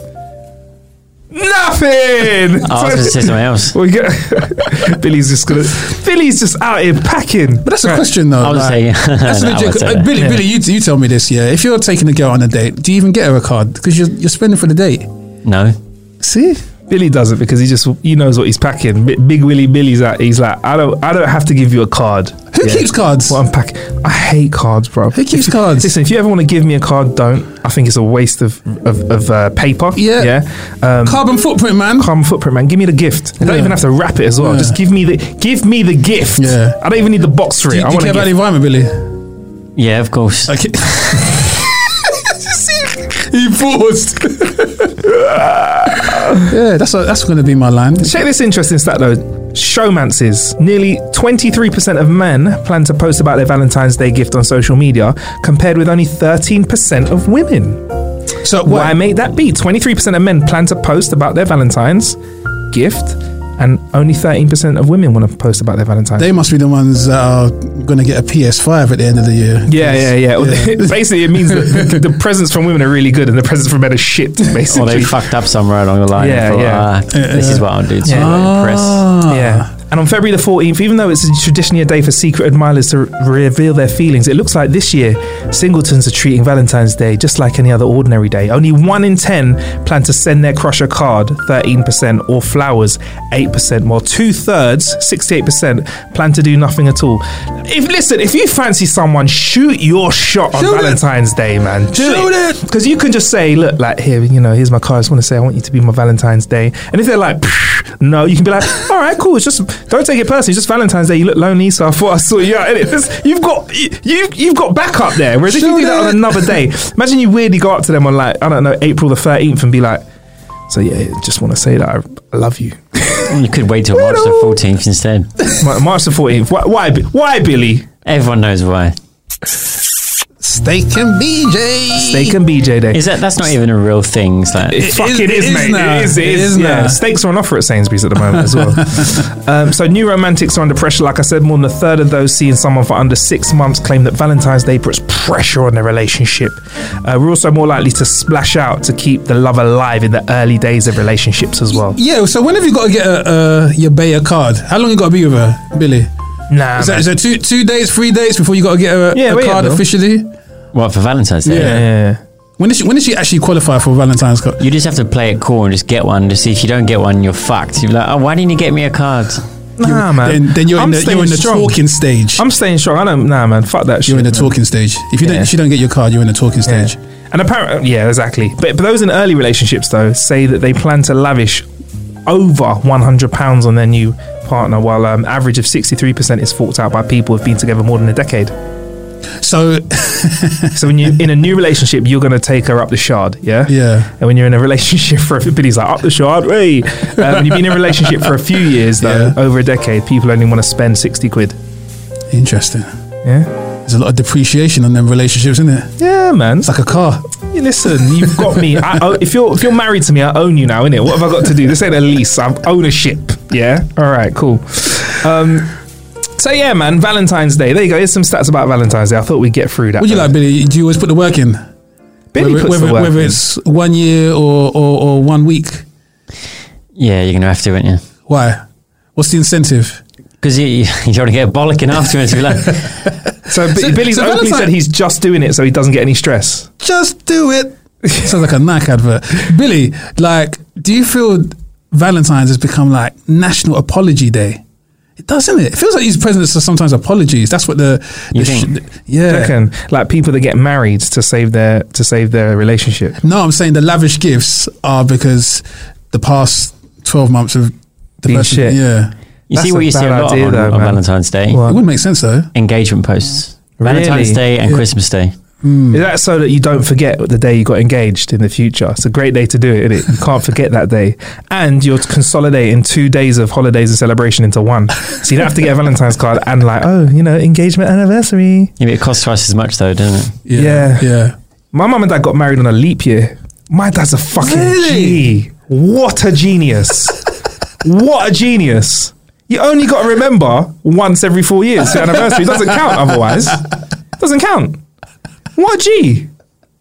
Speaker 4: Nothing.
Speaker 5: Oh, I was going to say something
Speaker 4: <laughs>
Speaker 5: else.
Speaker 4: We get, <laughs> Billy's just gonna. Billy's just out here packing.
Speaker 3: but that's a question though.
Speaker 5: I would
Speaker 3: like,
Speaker 5: say- <laughs>
Speaker 3: that's
Speaker 5: Oh,
Speaker 3: a
Speaker 5: No, I
Speaker 3: legit.
Speaker 5: would say
Speaker 3: uh,
Speaker 5: that.
Speaker 3: Billy, Billy, you, you tell me this. Yeah, if you're taking a girl on a date, do you even get her a card because you're you're spending for the date?
Speaker 5: No.
Speaker 3: See,
Speaker 4: Billy doesn't because he just he knows what he's packing. B- Big Willie Billy's at. He's like, I don't, I don't have to give you a card.
Speaker 3: who keeps cards?
Speaker 4: What I'm packing. I hate cards, bro.
Speaker 3: Who
Speaker 5: <laughs>
Speaker 3: keeps cards?
Speaker 4: Listen, if you ever want to give me a card, don't. I think it's a waste of of, of uh, paper.
Speaker 3: Yeah.
Speaker 4: yeah. Um,
Speaker 3: Carbon footprint, man.
Speaker 4: carbon footprint, man. Give me the gift. You don't
Speaker 3: Yeah.
Speaker 4: even have to wrap it as well.
Speaker 3: Yeah.
Speaker 4: Just give me the give me the gift.
Speaker 3: Yeah.
Speaker 4: I don't even need the box for it.
Speaker 3: do you,
Speaker 4: I
Speaker 3: do you
Speaker 4: want
Speaker 3: care
Speaker 4: to
Speaker 3: about the
Speaker 4: gift.
Speaker 3: environment, Billy?
Speaker 5: Yeah, of course.
Speaker 3: Okay. he paused. Yeah, that's that's going to be my line.
Speaker 4: Check this interesting stat though. Showmances. Nearly 23% of men plan to post about their Valentine's Day gift on social media, compared with only 13% of women.
Speaker 3: So what,
Speaker 4: Why make that be? 23% of men plan to post about their Valentine's gift, and only 13% of women want to post about their Valentine's.
Speaker 3: they must be the ones that are going to get a PS5 at the end of the year.
Speaker 4: yeah, yeah, yeah. <laughs> basically, it means that the presents from women are really good and the presents from men are shit, basically.
Speaker 5: Or they fucked up somewhere along the line. and
Speaker 4: Yeah,
Speaker 5: thought,
Speaker 4: yeah.
Speaker 5: "Ah, this is what I'll do to impress.
Speaker 4: Yeah. And on February the 14th, even though it's traditionally a day for secret admirers to re- reveal their feelings, it looks like this year singletons are treating Valentine's Day just like any other ordinary day. Only one in 10 plan to send their crush a card, 13%, or flowers, 8%, while two thirds, 68%, plan to do nothing at all. If Listen, if you fancy someone, shoot your shot on
Speaker 3: Shoot it.
Speaker 4: Valentine's Day, man.
Speaker 3: Shoot it.
Speaker 4: Because you can just say, look, like, here, you know, here's my card. I just want to say I want you to be my Valentine's Day. And if they're like, "Psh," no, you can be like, all right, cool. It's just, don't take it personally. It's just Valentine's Day. You look lonely, so I thought I saw you out. innit? This- You've got, you, you've, you've got backup there. Whereas if you
Speaker 3: Sure
Speaker 4: do that
Speaker 3: did.
Speaker 4: on another day, imagine you weirdly go up to them on like, I don't know, April the 13th and be like, so yeah, just want to say that I, I love you. <laughs>
Speaker 5: You could wait till March the 14th instead.
Speaker 4: Ma- March the 14th. Why, why, Bi- why Billy?
Speaker 5: Everyone knows why.
Speaker 3: Steak and BJ.
Speaker 4: Steak and BJ Day.
Speaker 5: Is that that's not even a real thing? It's like
Speaker 4: It fucking
Speaker 3: is-
Speaker 4: is,
Speaker 3: it is
Speaker 4: mate.
Speaker 3: now.
Speaker 4: It is. It
Speaker 3: It
Speaker 4: is.
Speaker 3: is
Speaker 4: yeah.
Speaker 3: now.
Speaker 4: Steaks are on offer at Sainsbury's at the moment as well.
Speaker 3: <laughs>
Speaker 4: um, so new romantics are under pressure. Like I said, more than a third of those seeing someone for under six months claim that Valentine's Day puts pressure on their relationship. Uh, we're also more likely to splash out to keep the love alive in the early days of relationships
Speaker 3: <laughs>
Speaker 4: as well.
Speaker 3: Yeah, so when have you got to get a, uh, your Bayer card? How long you got to be with her, Billy?
Speaker 4: Nah,
Speaker 3: Is that,
Speaker 4: man.
Speaker 3: is that two two days, three days before you got to get her a,
Speaker 4: Yeah,
Speaker 3: a
Speaker 4: wait,
Speaker 3: card
Speaker 4: though.
Speaker 3: officially?
Speaker 5: what for Valentine's Day?
Speaker 3: Yeah.
Speaker 4: yeah.
Speaker 3: When did she when did she actually qualify for Valentine's card?
Speaker 5: You just have to play it cool and just get one. Just see if you don't get one, you're fucked. You're like, oh, why didn't you get me a card?
Speaker 4: Nah, man.
Speaker 3: Then, then you're in
Speaker 4: I'm
Speaker 3: the,
Speaker 4: staying
Speaker 3: you're in the
Speaker 4: strong.
Speaker 3: talking stage.
Speaker 4: I'm staying strong. I don't. Nah, man. Fuck that shit.
Speaker 3: you're in the
Speaker 4: man.
Speaker 3: talking stage. If you don't,
Speaker 4: Yeah.
Speaker 3: if you don't get your card, you're in the talking stage.
Speaker 4: And apparently, yeah, exactly. But, but those in early relationships, though, say that they plan to lavish over £100 on their new partner, while um, average of 63% is forked out by people who've been together more than a decade.
Speaker 3: So
Speaker 4: So when you're in a new relationship, you're going to take her up the shard, yeah?
Speaker 3: Yeah.
Speaker 4: And when you're in a relationship for, Billy's like, up the shard, hey! Um, when you've been in a relationship for a few years, though,
Speaker 3: Yeah.
Speaker 4: over a decade, people only want to spend 60 quid.
Speaker 3: interesting.
Speaker 4: Yeah?
Speaker 3: There's a lot of depreciation on them relationships, isn't it?
Speaker 4: Yeah, man.
Speaker 3: It's like a car.
Speaker 4: Yeah, Listen, you've got me. I, owe- if you're if you're married to me, I own you now, innit? What have I got to do? This ain't a lease. I'm ownership. Yeah. All right. Cool. Um, so yeah, man. Valentine's Day. There you go. Here's some stats about Valentine's Day. I thought we'd get through that.
Speaker 3: Would you like, Billy? Do you always put the work in?
Speaker 4: Billy
Speaker 3: whether,
Speaker 4: puts
Speaker 3: whether,
Speaker 4: the work
Speaker 3: whether
Speaker 4: in.
Speaker 3: it's one year or, or, or one week.
Speaker 5: Yeah, you're gonna have to, aren't you?
Speaker 3: Why? What's the incentive?
Speaker 5: Because you you <laughs> don't want to get bollocking afterwards. You're like,
Speaker 4: So, B-
Speaker 3: so-
Speaker 4: Billy's
Speaker 3: so
Speaker 4: openly
Speaker 3: Valentine-
Speaker 4: said he's just doing it so he doesn't get any stress.
Speaker 3: <laughs> Just do it. Sounds like a Nike advert. Billy, like, do you feel Valentine's has become like National Apology Day? It doesn't it? It feels like these presidents are sometimes apologies. That's what the, the
Speaker 5: You think?
Speaker 3: yeah.
Speaker 4: Reckon, like people that get married to save their to save their relationship.
Speaker 3: No, I'm saying the lavish gifts are because the past twelve months of the
Speaker 4: Been
Speaker 3: person-
Speaker 4: shit.
Speaker 3: Yeah,
Speaker 5: you
Speaker 4: That's
Speaker 5: see what
Speaker 4: a
Speaker 5: you see a
Speaker 4: bad
Speaker 5: lot
Speaker 4: idea
Speaker 5: on,
Speaker 4: though,
Speaker 5: on
Speaker 4: man.
Speaker 5: Valentine's Day.
Speaker 3: it
Speaker 4: What?
Speaker 3: would make sense though.
Speaker 5: Engagement posts.
Speaker 4: Really?
Speaker 5: Valentine's Day and Christmas Day.
Speaker 4: Is that so that you don't forget the day you got engaged in the future? It's a great day to do it, isn't it? You can't forget that day. And you're consolidating two days of holidays and celebration into one. So you don't have to get a Valentine's card and like, oh, you know, engagement anniversary.
Speaker 5: Yeah, but it costs twice as much though, doesn't it?
Speaker 4: Yeah.
Speaker 3: Yeah, yeah.
Speaker 4: My mum and dad got married on a leap year. My dad's a fucking
Speaker 3: Really?
Speaker 4: G. What a genius. what a genius. You only got to remember once every four years. The anniversary doesn't count otherwise. Doesn't count. What a G.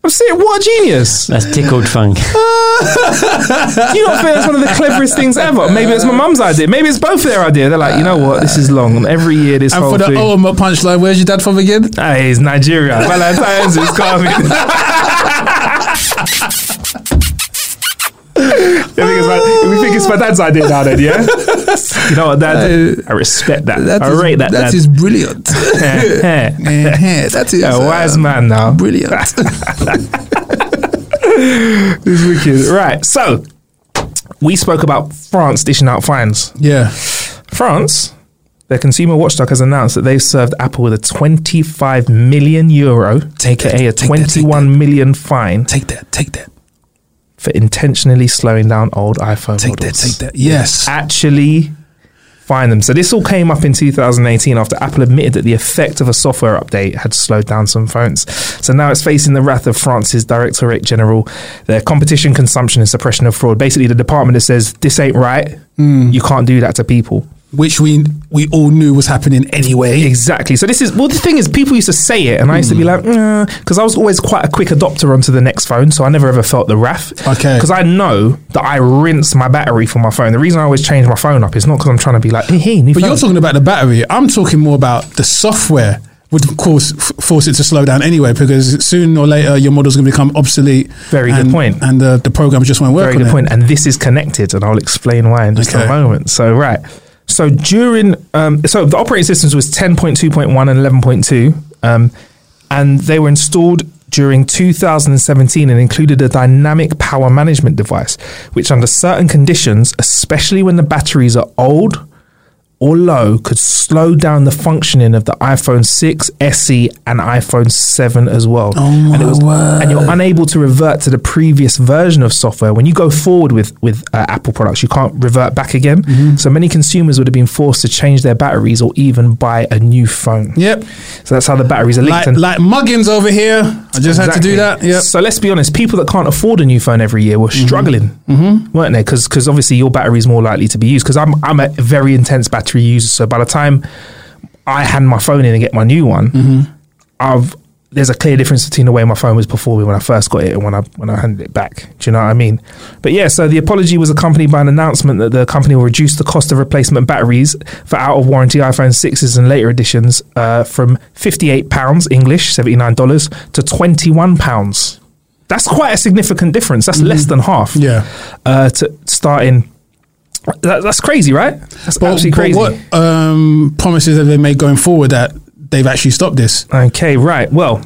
Speaker 4: I'm saying, what a genius.
Speaker 5: That's
Speaker 4: <laughs>
Speaker 5: tickled funk.
Speaker 4: Do you not feel it's one of the cleverest things ever? Maybe it's my mum's idea. Maybe it's both their idea. They're like, you know what? This is long. And every year, this
Speaker 3: And
Speaker 4: whole
Speaker 3: for the
Speaker 4: thing.
Speaker 3: oh my punchline, where's your dad from again?
Speaker 4: Hey, it's <laughs> Nigeria. Valentine's is coming. <laughs> You think it's my- we think it's my dad's idea now, then, yeah? You know what, Dad? I respect that. I
Speaker 3: is-
Speaker 4: rate that.
Speaker 3: That
Speaker 4: dad. <laughs>
Speaker 3: is brilliant.
Speaker 4: Eh, eh.
Speaker 3: Eh, that is
Speaker 4: a wise
Speaker 3: uh,
Speaker 4: man now. <laughs>
Speaker 3: Brilliant.
Speaker 4: He's wicked. Right, so we spoke about France dishing out fines.
Speaker 3: yeah.
Speaker 4: France, their consumer watchdog has announced that they've served Apple with a 25 million euro,
Speaker 3: Take it,
Speaker 4: aka a
Speaker 3: take that, take
Speaker 4: 21 million fine
Speaker 3: Take that. Take that.
Speaker 4: for intentionally slowing down old iPhone
Speaker 3: Take that,
Speaker 4: models.
Speaker 3: take that. Yes.
Speaker 4: Actually find them. So this all came up in 2018 after Apple admitted that the effect of a software update had slowed down some phones. So now it's facing the wrath of France's Directorate General, their competition, consumption and suppression of fraud. Basically the department that says this ain't right.
Speaker 3: Hmm.
Speaker 4: You can't do that to people.
Speaker 3: Which we we all knew was happening anyway.
Speaker 4: Exactly. So this is well. The thing is, people used to say it, and I used to be
Speaker 3: Hmm.
Speaker 4: like, because I was always quite a quick adopter onto the next phone, so I never ever felt the wrath.
Speaker 3: Okay.
Speaker 4: Because I know that I rinse my battery for my phone. The reason I always change my phone up is not because I'm trying to be like, hey, hey new
Speaker 3: But
Speaker 4: phone.
Speaker 3: you're talking about the battery. I'm talking more about the software would of course f- force it to slow down anyway because soon or later your model's going to become obsolete.
Speaker 4: Very good
Speaker 3: and-
Speaker 4: point.
Speaker 3: And the, the program just won't work.
Speaker 4: Very
Speaker 3: on
Speaker 4: good
Speaker 3: it.
Speaker 4: point. And this is connected, and I'll explain why in just
Speaker 3: Okay.
Speaker 4: a moment. So right. So during um, so the operating systems was 10.2.1 and 11.2, um, and they were installed during 2017 and included a dynamic power management device, which under certain conditions, especially when the batteries are old or low, could slow down the functioning of the iPhone 6, SE, and iPhone 7 as well.
Speaker 3: Oh
Speaker 4: and
Speaker 3: my word.
Speaker 4: and you're unable to revert to the previous version of software. When you go forward with with uh, Apple products, you can't revert back again.
Speaker 3: Mm-hmm.
Speaker 4: So many consumers would have been forced to change their batteries or even buy a new phone.
Speaker 3: Yep.
Speaker 4: So that's how the batteries are linked.
Speaker 3: Like
Speaker 4: and-
Speaker 3: like Muggins over here. I just had to do that.
Speaker 4: Exactly.
Speaker 3: Yep. Mm-hmm.
Speaker 4: So let's be honest, people that can't afford a new phone every year were struggling, weren't they? Because obviously your battery is more likely to be used. Because I'm I'm a very intense battery user, so by the time I hand my phone in and get my new one,
Speaker 3: Mm-hmm.
Speaker 4: I've there's a clear difference between the way my phone was performing when I first got it and when I when I handed it back. Do you know what I mean? But yeah, so the apology was accompanied by an announcement that the company will reduce the cost of replacement batteries for out of warranty iPhone sixes and later editions uh, from fifty eight pounds English seventy nine dollars to twenty one pounds. That's quite a significant difference. That's less than half.
Speaker 3: Mm-hmm. Yeah.
Speaker 4: uh, to starting. That, that's crazy, right? That's absolutely crazy.
Speaker 3: what um, promises have they made going forward that they've actually stopped this?
Speaker 4: Okay, right. Well,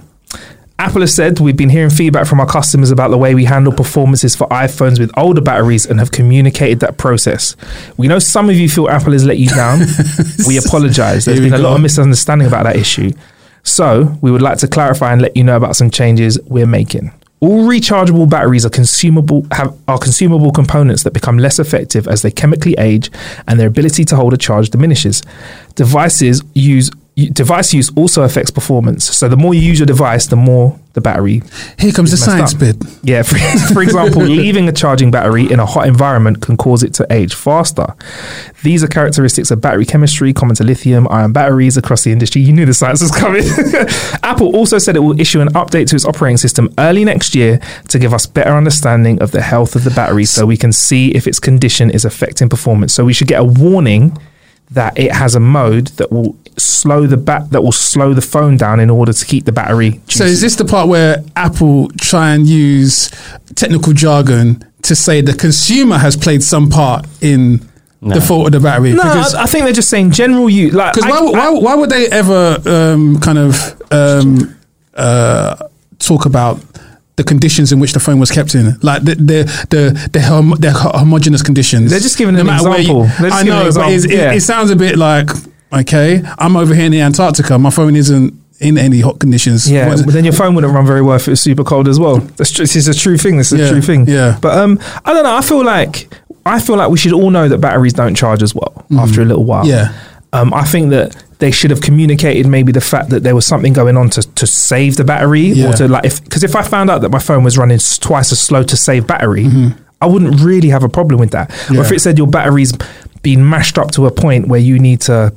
Speaker 4: Apple has said we've been hearing feedback from our customers about the way we handle performances for iPhones with older batteries and have communicated that process. We know some of you feel Apple has let you
Speaker 3: <laughs>
Speaker 4: down. we apologize. There's
Speaker 3: Here we
Speaker 4: been a lot
Speaker 3: go.
Speaker 4: of misunderstanding about that issue. So, we would like to clarify and let you know about some changes we're making. All rechargeable batteries are consumable have, are consumable components that become less effective as they chemically age and their ability to hold a charge diminishes. Devices use device use also affects performance. So the more you use your device, the more the battery
Speaker 3: Here comes the
Speaker 4: is messed
Speaker 3: science
Speaker 4: up.
Speaker 3: bit.
Speaker 4: Yeah, for, <laughs>
Speaker 3: <laughs>
Speaker 4: for example, leaving a charging battery in a hot environment can cause it to age faster. These are characteristics of battery chemistry common to lithium ion batteries across the industry. You knew the science was coming. <laughs> Apple also said it will issue an update to its operating system early next year to give us better understanding of the health of the battery so we can see if its condition is affecting performance. So we should get a warning that it has a mode that will slow the bat that will slow the phone down in order to keep the battery
Speaker 3: So is this the part where Apple try and use technical jargon to say the consumer has played some part in the fault of the battery?
Speaker 4: No, I, I think they're just saying general use. Like,
Speaker 3: Because
Speaker 4: I-
Speaker 3: why, would- why,
Speaker 4: I-
Speaker 3: why would they ever um, kind of um, uh, talk about the conditions in which the phone was kept in, like the the the, the, hom- the ho- homogeneous conditions?
Speaker 4: They're just giving an
Speaker 3: matter where
Speaker 4: example. They're just
Speaker 3: I
Speaker 4: giving
Speaker 3: know,
Speaker 4: an
Speaker 3: but it's, it,
Speaker 4: example, yeah.
Speaker 3: it sounds a bit like okay, I'm over here in the Antarctica. My phone isn't in any hot conditions.
Speaker 4: yeah,
Speaker 3: What
Speaker 4: but
Speaker 3: is-
Speaker 4: then your phone wouldn't run very well if it was super cold as well. That's tr- this is a true thing. This is
Speaker 3: Yeah,
Speaker 4: a true thing.
Speaker 3: yeah.
Speaker 4: But um, I don't know. I feel like I feel like we should all know that batteries don't charge as well after a little while.
Speaker 3: Mm. Yeah.
Speaker 4: Um, I think that they should have communicated maybe the fact that there was something going on to, to save the battery
Speaker 3: Yeah.
Speaker 4: or to like if because if I found out that my phone was running s- twice as slow to save battery, I wouldn't really have a problem with that. Or if
Speaker 3: Mm-hmm. Yeah.
Speaker 4: it said your battery's been mashed up to a point where you need to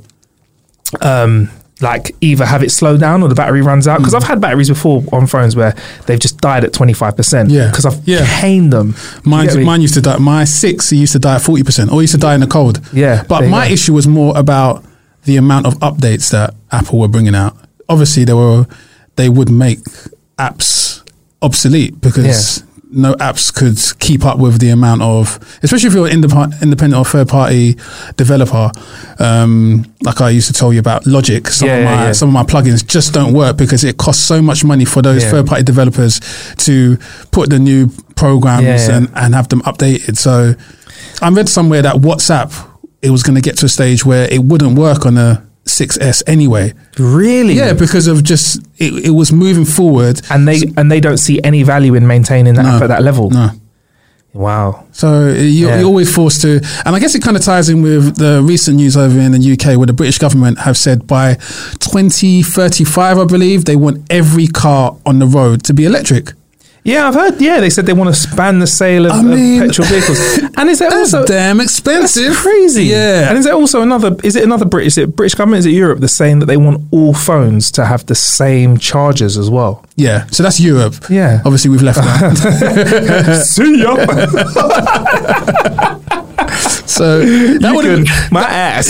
Speaker 4: um, like either have it slow down or the battery runs out. Because
Speaker 3: Hmm.
Speaker 4: I've had batteries before on phones where they've just died at twenty five percent.
Speaker 3: Yeah.
Speaker 4: because I've
Speaker 3: Yeah.
Speaker 4: caned them. You
Speaker 3: Mine,
Speaker 4: get me?
Speaker 3: mine used to die. My six he used to die at forty percent, or he used to die in the cold.
Speaker 4: Yeah,
Speaker 3: But
Speaker 4: there you
Speaker 3: my
Speaker 4: go.
Speaker 3: issue was more about the amount of updates that Apple were bringing out. Obviously, they were they would make apps obsolete because no apps could keep up with the amount of, especially if you're an indep- independent or third party developer. Um, like I used to tell you about Logic, some
Speaker 4: Yeah,
Speaker 3: of my
Speaker 4: yeah, yeah.
Speaker 3: some of my plugins just don't work because it costs so much money for those
Speaker 4: Yeah.
Speaker 3: third party developers to put the new program programs
Speaker 4: Yeah, yeah.
Speaker 3: and, and have them updated. So I read somewhere that WhatsApp it was going to get to a stage where it wouldn't work on a 6S anyway.
Speaker 4: really.
Speaker 3: Yeah, because of just it, it was moving forward.
Speaker 4: and they and they don't see any value in maintaining that app at that level.
Speaker 3: No.
Speaker 4: Wow.
Speaker 3: So you're,
Speaker 4: Yeah.
Speaker 3: you're always forced to, and I guess it kind of ties in with the recent news over in the UK, where the British government have said by 2035, I believe, they want every car on the road to be electric.
Speaker 4: Yeah, I've heard. Yeah, they said they want to ban the sale of,
Speaker 3: I
Speaker 4: of
Speaker 3: mean, <laughs>
Speaker 4: petrol vehicles. And is that
Speaker 3: That's
Speaker 4: also
Speaker 3: damn
Speaker 4: that's
Speaker 3: expensive.
Speaker 4: crazy?
Speaker 3: Yeah.
Speaker 4: And is there also another? Is it another British? Is it British government? Is it Europe? The saying that they want all phones to have the same chargers as well.
Speaker 3: yeah. So that's Europe.
Speaker 4: Yeah.
Speaker 3: Obviously, we've left
Speaker 4: <laughs>
Speaker 3: that. Uh,
Speaker 4: See
Speaker 3: <laughs>
Speaker 4: ya. that <laughs>
Speaker 3: so that would have. <laughs>
Speaker 4: my ass.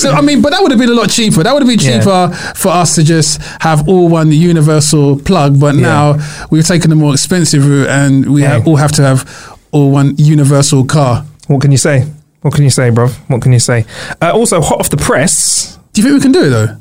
Speaker 3: So I mean, but that would have been a lot cheaper. That would have been
Speaker 4: Yeah.
Speaker 3: cheaper for us to just have all one universal plug. But now we've taken the more expensive route, and we
Speaker 4: Yeah.
Speaker 3: ha- all have to have all one universal car.
Speaker 4: What can you say? What can you say, bruv? What can you say? Uh, also, hot off the press.
Speaker 3: Do you think we can do it though?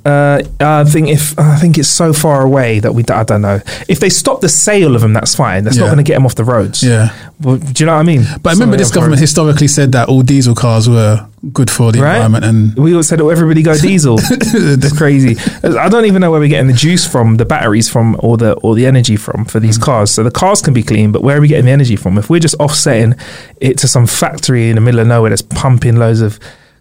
Speaker 4: Uh, I think if I think it's so far away that we I don't know if they stop the sale of them, that's fine. That's not
Speaker 3: Yeah.
Speaker 4: going to get them off the roads.
Speaker 3: Yeah.
Speaker 4: Well, do you know what I mean?
Speaker 3: But remember,
Speaker 4: Something
Speaker 3: this
Speaker 4: off
Speaker 3: government
Speaker 4: roads.
Speaker 3: historically said that all diesel cars were good for the environment, and
Speaker 4: we all said, "Oh, everybody go
Speaker 3: <laughs>
Speaker 4: diesel." That's crazy. I don't even know where we're getting the juice from, the batteries from, or the or the energy from for
Speaker 3: Mm.
Speaker 4: these cars. So the cars can be clean, but where are we getting the energy from? If we're just offsetting it to some factory in the middle of nowhere that's pumping loads of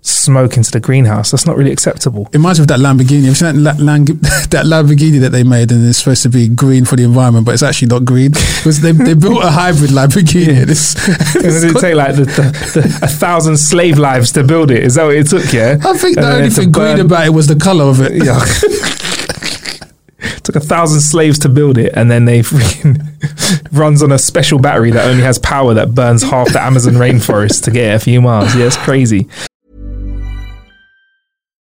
Speaker 4: smoke into the greenhouse, that's not really acceptable.
Speaker 3: imagine if that Lamborghini, if that, La- Lang- <laughs> that Lamborghini that they made, and it's supposed to be green for the environment, but it's actually not green <laughs> because they, they built a hybrid Lamborghini. <laughs> <laughs> It's,
Speaker 4: It's going to take like the, the, the, a thousand slave lives to build it. Is that what it took? Yeah,
Speaker 3: I think
Speaker 4: And
Speaker 3: the
Speaker 4: then
Speaker 3: only
Speaker 4: to
Speaker 3: thing
Speaker 4: burn-
Speaker 3: green about it was the color of it.
Speaker 4: Yeah. <laughs> Took a thousand slaves to build it, and then they freaking <laughs> runs on a special battery that only has power that burns half the Amazon rainforest to get it a few miles. Yeah, it's crazy.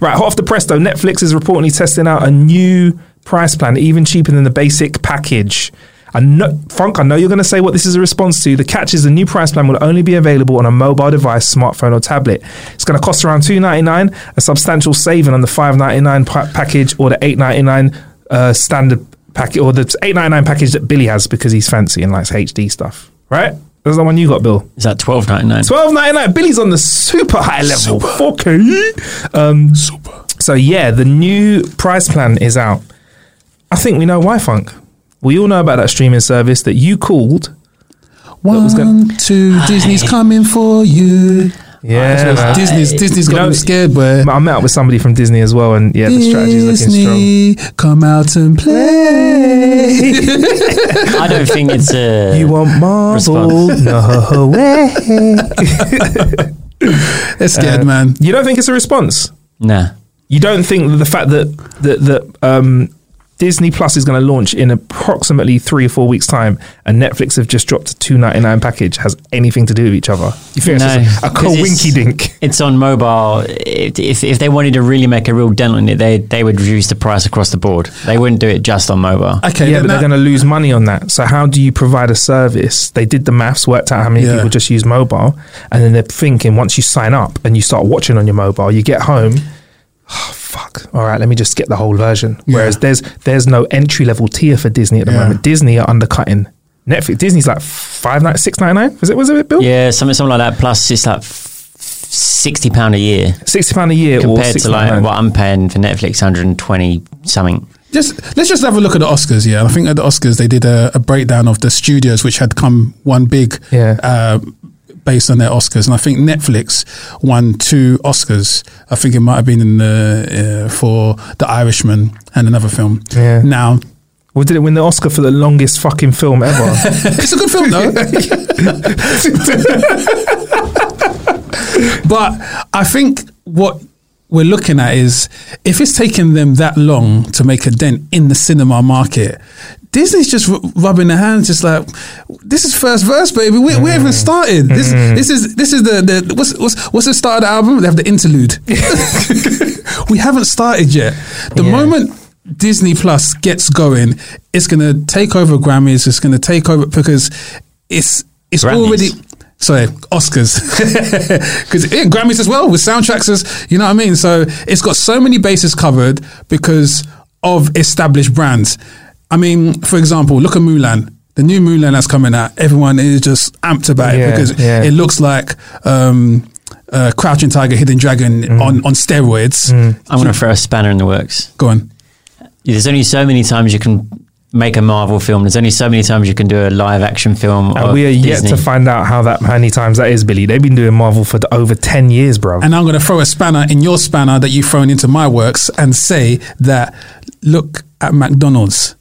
Speaker 4: Right, hot off the press though, Netflix is reportedly testing out a new price plan, even cheaper than the basic package. I know, Funk, I know you're going to say what this is a response to. The catch is the new price plan will only be available on a mobile device, smartphone, or tablet. It's going to cost around two ninety nine, a substantial saving on the five ninety nine pa- package or the eight ninety nine uh, standard package or the eight ninety nine package that Billy has because he's fancy and likes HD stuff. Right? That's the one you got, Bill.
Speaker 5: Is that twelve ninety nine?
Speaker 4: Twelve ninety nine. Billy's on the super high level. Four K. Um, super. So yeah, the new price plan is out. I think we know why, Funk. We all know about that streaming service that you called.
Speaker 3: One,
Speaker 4: was gonna-
Speaker 3: two, Disney's coming for you.
Speaker 4: Yeah, man.
Speaker 3: Disney's Disney's
Speaker 4: You
Speaker 3: got
Speaker 4: know-
Speaker 3: them scared, boy.
Speaker 4: I met up with somebody from Disney as well, and yeah, the strategy's looking strong.
Speaker 3: Disney, come out and play.
Speaker 5: I don't think it's
Speaker 4: <laughs>
Speaker 5: a.
Speaker 4: You want Marvel?
Speaker 5: Response.
Speaker 4: No way.
Speaker 3: They're scared,
Speaker 4: Uh,
Speaker 3: man.
Speaker 4: <laughs> You don't think it's a response?
Speaker 5: nah.
Speaker 4: You don't think that the fact that that, that um, Disney Plus is going to launch in approximately three or four weeks' time, and Netflix have just dropped a two ninety nine package has anything to do with each other? You think
Speaker 5: No,
Speaker 4: it's just a
Speaker 5: 'cause it's-
Speaker 4: coinky dink?
Speaker 5: It's on mobile. If, if, if they wanted to really make a real dent on it, they they would reduce the price across the board. They wouldn't do it just on mobile.
Speaker 3: Okay,
Speaker 4: Yeah,
Speaker 3: then
Speaker 4: but they're
Speaker 3: that-
Speaker 4: going to lose money on that. So how do you provide a service? They did the maths, worked out how many
Speaker 3: Yeah.
Speaker 4: people just use mobile, and then they're thinking once you sign up and you start watching on your mobile, you get home. <sighs> Oh, fuck! all right, let me just get the whole version.
Speaker 3: Yeah.
Speaker 4: Whereas there's there's no entry level tier for Disney at the
Speaker 3: Yeah.
Speaker 4: moment. Disney are undercutting Netflix. Disney's like five nine six ninety nine. Was it was it Bill?
Speaker 5: Yeah, something something like that. Plus, it's like f- sixty pound a year
Speaker 4: sixty pound a year or
Speaker 5: compared
Speaker 4: six
Speaker 5: to like what I'm paying for Netflix, hundred and twenty something.
Speaker 3: Just let's just have a look at the Oscars. Yeah, I think at the Oscars they did a, a breakdown of the studios which had come one big,
Speaker 4: Yeah.
Speaker 3: uh, based on their Oscars, and I think Netflix won two Oscars. I think it might have been in the uh, for The Irishman and another film.
Speaker 4: Yeah.
Speaker 3: Now
Speaker 4: Well, did it win the Oscar for the longest fucking
Speaker 3: <laughs>
Speaker 4: film ever?
Speaker 3: it's a good film though. but I think what we're looking at is if it's taken them that long to make a dent in the cinema market, Disney's just r- rubbing their hands, just like this is first verse, baby. We, we haven't started. This this is this is the, the what's what's what's the start of the album? They have the interlude. <laughs> we haven't started yet. The moment Disney Plus gets going, it's going to take over Grammys. It's going to take over because it's it's
Speaker 5: Grammys.
Speaker 3: already sorry Oscars <laughs> because yeah, Grammys as well with soundtracks as you know what I mean. So it's got so many bases covered because of established brands. I mean, for example, look at Mulan. The new Mulan that's coming out, everyone is just amped about
Speaker 4: Yeah,
Speaker 3: it because
Speaker 4: yeah.
Speaker 3: it looks like um, uh, Crouching Tiger, Hidden Dragon
Speaker 4: Mm.
Speaker 3: on, on steroids.
Speaker 5: I'm gonna throw a spanner in the works.
Speaker 3: Go on.
Speaker 5: There's only so many times you can make a Marvel film. There's only so many times you can do a live action film.
Speaker 4: and
Speaker 5: of
Speaker 4: we are yet
Speaker 5: Disney.
Speaker 4: to find out how that how many times that is, Billy. They've been doing Marvel for the, over ten years, bro.
Speaker 3: And I'm going to throw a spanner in your spanner that you've thrown into my works and say that look at McDonald's.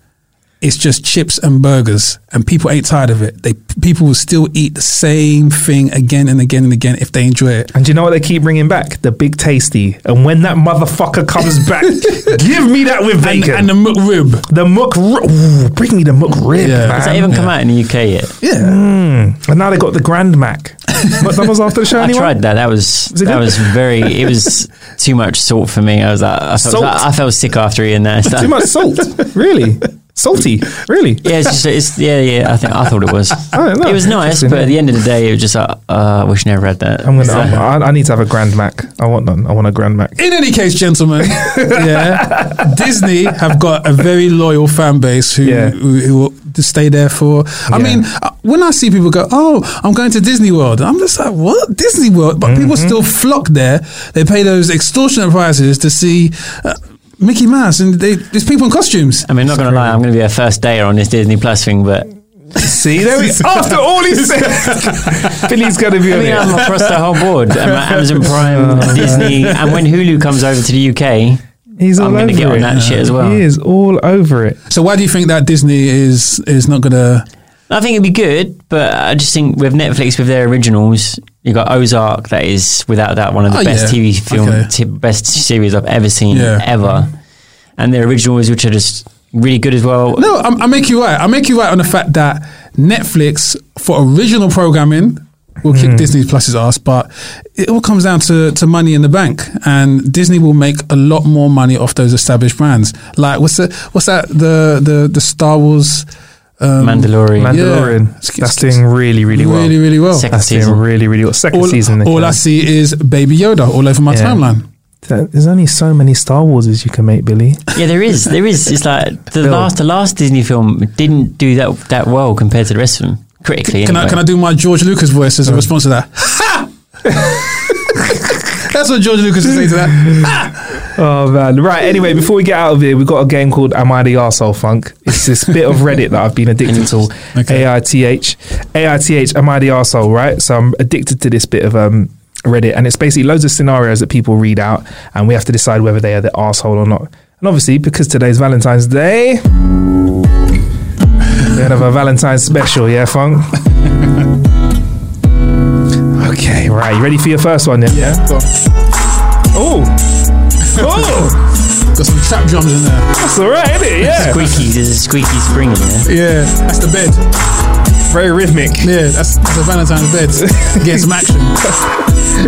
Speaker 3: It's just chips and burgers, and people ain't tired of it. They people will still eat the same thing again and again and again if they enjoy it.
Speaker 4: And do you know what they keep bringing back? The big tasty. And when that motherfucker
Speaker 3: <laughs>
Speaker 4: comes back, give me that with
Speaker 3: And,
Speaker 4: bacon.
Speaker 3: and the McRib,
Speaker 4: the muck, ri- ooh, bring me the muck rib,
Speaker 3: Yeah.
Speaker 4: man.
Speaker 5: Has that even come
Speaker 3: Yeah.
Speaker 5: out in the UK yet?
Speaker 3: yeah,
Speaker 4: and now they got the Grand Mac. McDonald's after the show.
Speaker 5: <laughs> I
Speaker 4: anyone?
Speaker 5: tried that. That was,
Speaker 4: it
Speaker 5: that
Speaker 4: good?
Speaker 5: was very.
Speaker 4: <laughs>
Speaker 5: It was too much salt for me. I was like, I felt,
Speaker 4: Salt?
Speaker 5: I felt sick after eating that.
Speaker 4: Too much salt, really salty, really.
Speaker 5: <laughs> Yeah, it's just, it's, yeah, yeah. I think I thought
Speaker 4: <laughs>
Speaker 5: it was.
Speaker 4: don't know.
Speaker 5: It was nice,
Speaker 4: Interesting,
Speaker 5: but at
Speaker 4: yeah.
Speaker 5: the end of the day, it was just like, uh, I wish I never had that.
Speaker 4: I'm gonna. I'm, I, I need to have a Grand Mac. I want none. I want a Grand Mac.
Speaker 3: In any case,
Speaker 4: <laughs>
Speaker 3: gentlemen, yeah, Disney have got a very loyal fan base who
Speaker 4: Yeah.
Speaker 3: who, who will just stay there for. I
Speaker 4: Yeah.
Speaker 3: mean, uh, when I see people go, "Oh, I'm going to Disney World," I'm just like, "What Disney World?" But people
Speaker 4: Mm-hmm.
Speaker 3: still flock there. They pay those extortionate prices to see. Uh, Mickey Mouse and they, there's people in costumes.
Speaker 5: I mean, not gonna lie, I'm gonna be a first dayer on this Disney Plus thing, but
Speaker 4: See, there we, <laughs> after
Speaker 3: <laughs>
Speaker 4: all he said, Billy's gonna be
Speaker 5: I
Speaker 4: on
Speaker 5: mean,
Speaker 4: it.
Speaker 5: I'm across the whole
Speaker 3: <laughs>
Speaker 5: board. I'm at Amazon
Speaker 3: Uh,
Speaker 5: Prime, Disney, and when Hulu comes over to the UK,
Speaker 4: He's all
Speaker 5: I'm gonna
Speaker 4: over
Speaker 5: get
Speaker 4: it.
Speaker 5: on that shit as well.
Speaker 4: He is all over it.
Speaker 3: So why do you think that Disney is is not gonna?
Speaker 5: I think it'd be good, but I just think with Netflix with their originals, you got Ozark that is without that one of the
Speaker 3: Oh,
Speaker 5: best
Speaker 3: yeah.
Speaker 5: TV film,
Speaker 3: Okay.
Speaker 5: t- best series I've ever seen
Speaker 3: Yeah.
Speaker 5: ever, and their originals which are just really good as well.
Speaker 3: No, I'm, I make you right. I make you right on the fact that Netflix for original programming will
Speaker 4: Hmm.
Speaker 3: kick Disney Plus's ass, but it all comes down to, to money in the bank, and Disney will make a lot more money off those established brands. Like what's the what's that the the the Star Wars um,
Speaker 5: Mandalorian,
Speaker 4: Mandalorian.
Speaker 3: It's- it's-
Speaker 4: That's doing really, really well.
Speaker 3: really really well.
Speaker 5: second
Speaker 4: That's doing
Speaker 5: season.
Speaker 4: really, really well. Second
Speaker 3: all,
Speaker 4: season. they
Speaker 3: all
Speaker 4: came.
Speaker 3: I see is Baby Yoda all over my
Speaker 4: Yeah.
Speaker 3: timeline.
Speaker 4: There- There's only so many Star Warses you can make, Billy.
Speaker 5: Yeah, there is. There is. It's like the
Speaker 4: Bill.
Speaker 5: last the last Disney film didn't do that that well compared to the rest of them critically.
Speaker 3: Can I
Speaker 5: anyway.
Speaker 3: can I do my George Lucas voice as a response to that? <laughs> Ha! That's what George Lucas would say to that.
Speaker 4: Oh man! Right. Anyway, before we get out of here, we've got a game called "Am I the Arsehole Funk?" It's this bit of Reddit that I've been addicted to.
Speaker 3: Okay.
Speaker 4: A I T H, A I T H. Am I the arsehole? Right. So I'm addicted to this bit of um Reddit, and it's basically loads of scenarios that people read out, and we have to decide whether they are the arsehole or not. And obviously, because today's Valentine's Day, we're gonna have a Valentine's special. Yeah, Funk. okay. Right. You ready for your first one? Yeah.
Speaker 3: Yeah, go on.
Speaker 4: Oh. Oh.
Speaker 3: Got some trap drums in there.
Speaker 4: That's all right, isn't it? Yeah.
Speaker 5: Squeaky, there's a squeaky spring in there.
Speaker 3: Yeah, that's the bed.
Speaker 4: Very rhythmic.
Speaker 3: Yeah, that's, that's a Valentine's bed. <laughs> Get some action.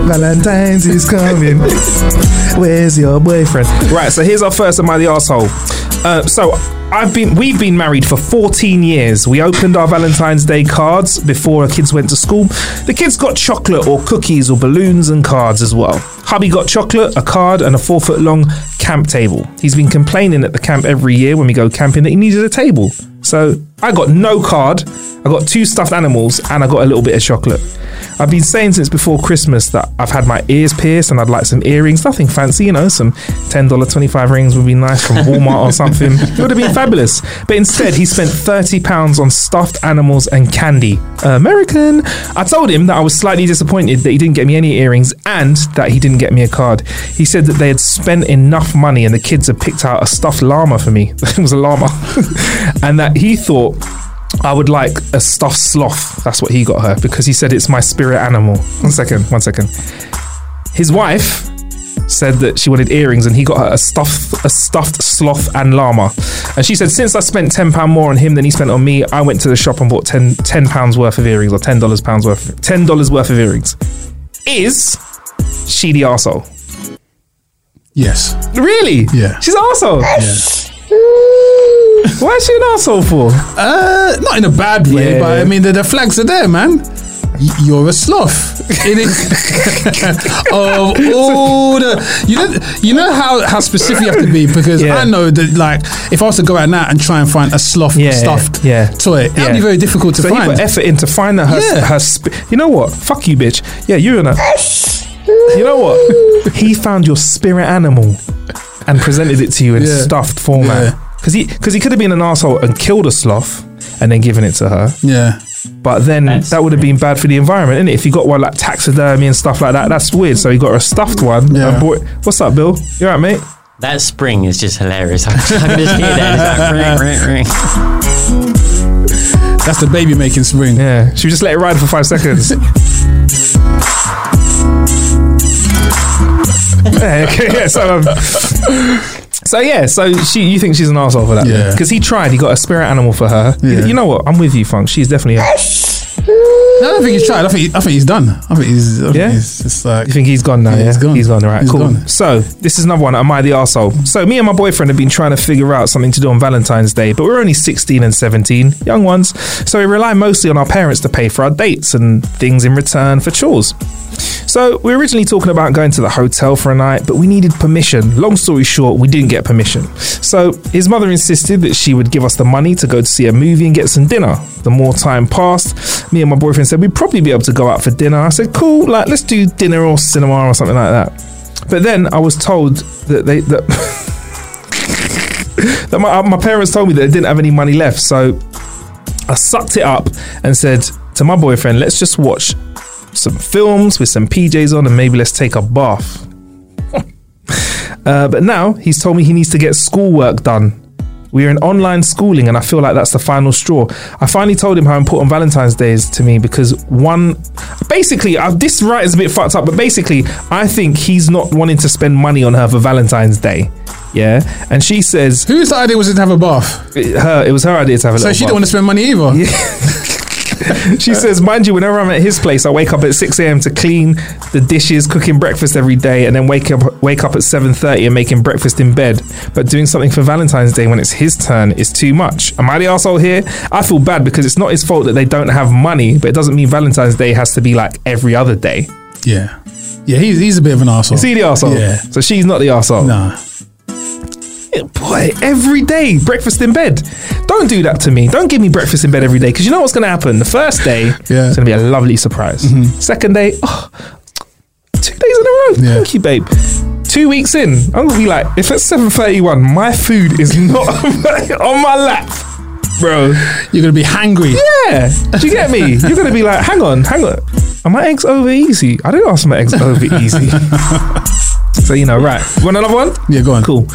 Speaker 4: <laughs> Valentine's is coming. Where's your boyfriend? Right, so here's our first Am I the Arsehole? Uh, so I've been we've been married for 14 years. We opened our Valentine's Day cards before our kids went to school. The kids got chocolate or cookies or balloons and cards as well. Hubby got chocolate, a card, and a four foot long camp table. He's been complaining at the camp every year when we go camping that he needed a table. So I got no card, I got two stuffed animals, and I got a little bit of chocolate. I've been saying since before Christmas that I've had my ears pierced and I'd like some earrings. Nothing fancy, you know, some $10.25 rings would be nice from Walmart or something. It would have been fabulous. But instead, he spent £30 on stuffed animals and candy. American. I told him that I was slightly disappointed that he didn't get me any earrings and that he didn't get me a card. He said that they had spent enough money and the kids had picked out a stuffed llama for me. <laughs> it was a llama. and that he thought I would like a stuffed sloth. That's what he got her because he said it's my spirit animal. One second, one second. His wife said that she wanted earrings and he got her a stuffed a stuffed sloth and llama. And she said since I spent 10 pound more on him than he spent on me, I went to the shop and bought 10 pounds worth of earrings or 10 dollars pounds worth 10 dollars worth of earrings. Is she the arsehole?
Speaker 3: Yes.
Speaker 4: Really?
Speaker 3: Yeah.
Speaker 4: She's an arsehole. Why is she an arsehole for?
Speaker 3: Uh, not in a bad way,
Speaker 4: Yeah.
Speaker 3: but I mean the, the flags are there, man. Y- You're a sloth. It is <laughs> of all the you know you know how, how specific you have to be because
Speaker 4: Yeah.
Speaker 3: I know that like if I was to go out now and try and find a sloth
Speaker 4: Yeah,
Speaker 3: stuffed
Speaker 4: yeah.
Speaker 3: toy, that'd be
Speaker 4: Yeah.
Speaker 3: very difficult to
Speaker 4: so he
Speaker 3: find.
Speaker 4: put effort into finding her.
Speaker 3: Yeah.
Speaker 4: her sp- you know what? Fuck you, bitch. Yeah, you're in a. You know
Speaker 3: <laughs>
Speaker 4: what? He found your spirit animal and presented it to you in
Speaker 3: Yeah.
Speaker 4: stuffed
Speaker 3: Yeah.
Speaker 4: format. Because he, cause he could have been an asshole and killed a sloth and then given it to her.
Speaker 3: yeah.
Speaker 4: But then
Speaker 5: That's-
Speaker 4: that would have been bad for the environment, innit? If he got one like taxidermy and stuff like that, that's weird. So he got her a stuffed one.
Speaker 3: Yeah.
Speaker 4: And bought What's up, Bill? You alright, mate?
Speaker 5: That spring is just hilarious. <laughs> I can just hear that. It's like, ring, ring, ring.
Speaker 3: That's the baby making spring.
Speaker 4: Yeah. Should we just let it ride for five seconds? yeah, okay, yeah, so, um, so yeah, so she, you think she's an asshole for that?
Speaker 3: Yeah.
Speaker 4: Because he tried, he got a spirit animal for her. You-
Speaker 3: Yeah.
Speaker 4: You, know what? I'm with you, Funk. She's definitely. A,
Speaker 3: No, I don't think he's tried. I think he, I think he's done. I think he's. I think
Speaker 4: Yeah?
Speaker 3: he's just like.
Speaker 4: you think he's gone now?
Speaker 3: Yeah,
Speaker 4: Yeah,
Speaker 3: he's gone.
Speaker 4: He's gone. Right.
Speaker 3: He's
Speaker 4: cool.
Speaker 3: gone.
Speaker 4: So this is another one. Am I the asshole? So me and my boyfriend have been trying to figure out something to do on Valentine's Day, but we're only 16 and 17, young ones. So we rely mostly on our parents to pay for our dates and things in return for chores. So we were originally talking about going to the hotel for a night, but we needed permission. Long story short, we didn't get permission. So his mother insisted that she would give us the money to go to see a movie and get some dinner. The more time passed, me and my boyfriend said we'd probably be able to go out for dinner. I said, "Cool, like let's do dinner or cinema or something like that." But then I was told that they that <laughs> that my, uh, my parents told me that they didn't have any money left, so I sucked it up and said to my boyfriend, "Let's just watch some films with some PJs on and maybe let's take a bath. <laughs> uh, but now he's told me he needs to get schoolwork done. We are in online schooling and I feel like that's the final straw. I finally told him how important Valentine's Day is to me because one, basically, uh, this right is a bit fucked up, but basically, I think he's not wanting to spend money on her for Valentine's Day. Yeah. And she says,
Speaker 3: Whose idea was it to have a bath?
Speaker 4: her, it was her idea to have a
Speaker 3: So
Speaker 4: little
Speaker 3: she
Speaker 4: bath.
Speaker 3: didn't want to spend money either.
Speaker 4: She says, mind you, whenever I'm at his place, I wake up at 6 a.m. to clean the dishes, cooking breakfast every day, and then wake up wake up at 7:30 and making breakfast in bed. But doing something for Valentine's Day when it's his turn is too much. Am I the asshole here? I feel bad because it's not his fault that they don't have money, but it doesn't mean Valentine's Day has to be like every other day.
Speaker 3: Yeah. Yeah, he's, he's a bit of an asshole.
Speaker 4: See the asshole?
Speaker 3: Yeah.
Speaker 4: So she's not the asshole.
Speaker 3: Nah.
Speaker 4: Yeah, Boy, every day, breakfast in bed. Don't do that to me. Don't give me breakfast in bed every day because you know what's going to happen. The first day,
Speaker 3: <laughs> Yeah. Mm-hmm.
Speaker 4: it's going to be a lovely surprise. Second day, oh, two days in a row.
Speaker 3: Yeah.
Speaker 4: Thank you, babe. Two weeks in, I'm going to be like, if it's 7.31, my food is <laughs> not on my lap, bro.
Speaker 3: You're going to be hangry.
Speaker 4: Yeah, do you get me? You're going to be like, hang on, hang on. Are my eggs over easy? I didn't ask for my eggs over
Speaker 3: <laughs>
Speaker 4: easy. so, you know, right. You want another one?
Speaker 3: Yeah, go on.
Speaker 4: Cool.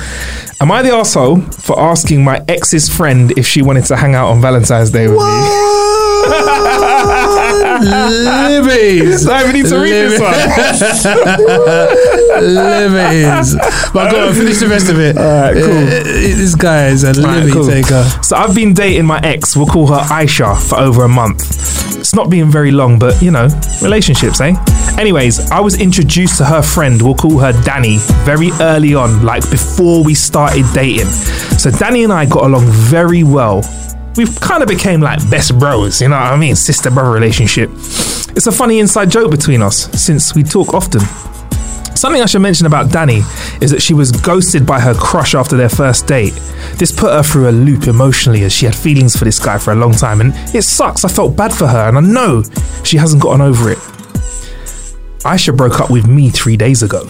Speaker 4: Am I the asshole for asking my ex's friend if she wanted to hang out on Valentine's Day with <laughs>
Speaker 3: Libbies.
Speaker 4: <laughs> me? I even need to read this one.
Speaker 3: Libbies. But go on, finish the rest of it. All right,
Speaker 4: cool.
Speaker 3: this guy is a
Speaker 4: Right,
Speaker 3: Libby
Speaker 4: cool.
Speaker 3: taker.
Speaker 4: So I've been dating my ex, we'll call her Aisha, for over a month. It's not been very long, but you know, relationships, eh? Anyways, I was introduced to her friend, we'll call her Danny, very early on, like before we started dating. So Danny and I got along very well. We kind of became like best bros, you know what I mean? Sister brother relationship. It's a funny inside joke between us, since we talk often. Something I should mention about Danny is that she was ghosted by her crush after their first date. This put her through a loop emotionally as she had feelings for this guy for a long time, and it sucks. I felt bad for her, and I know she hasn't gotten over it. Aisha broke up with me three days ago.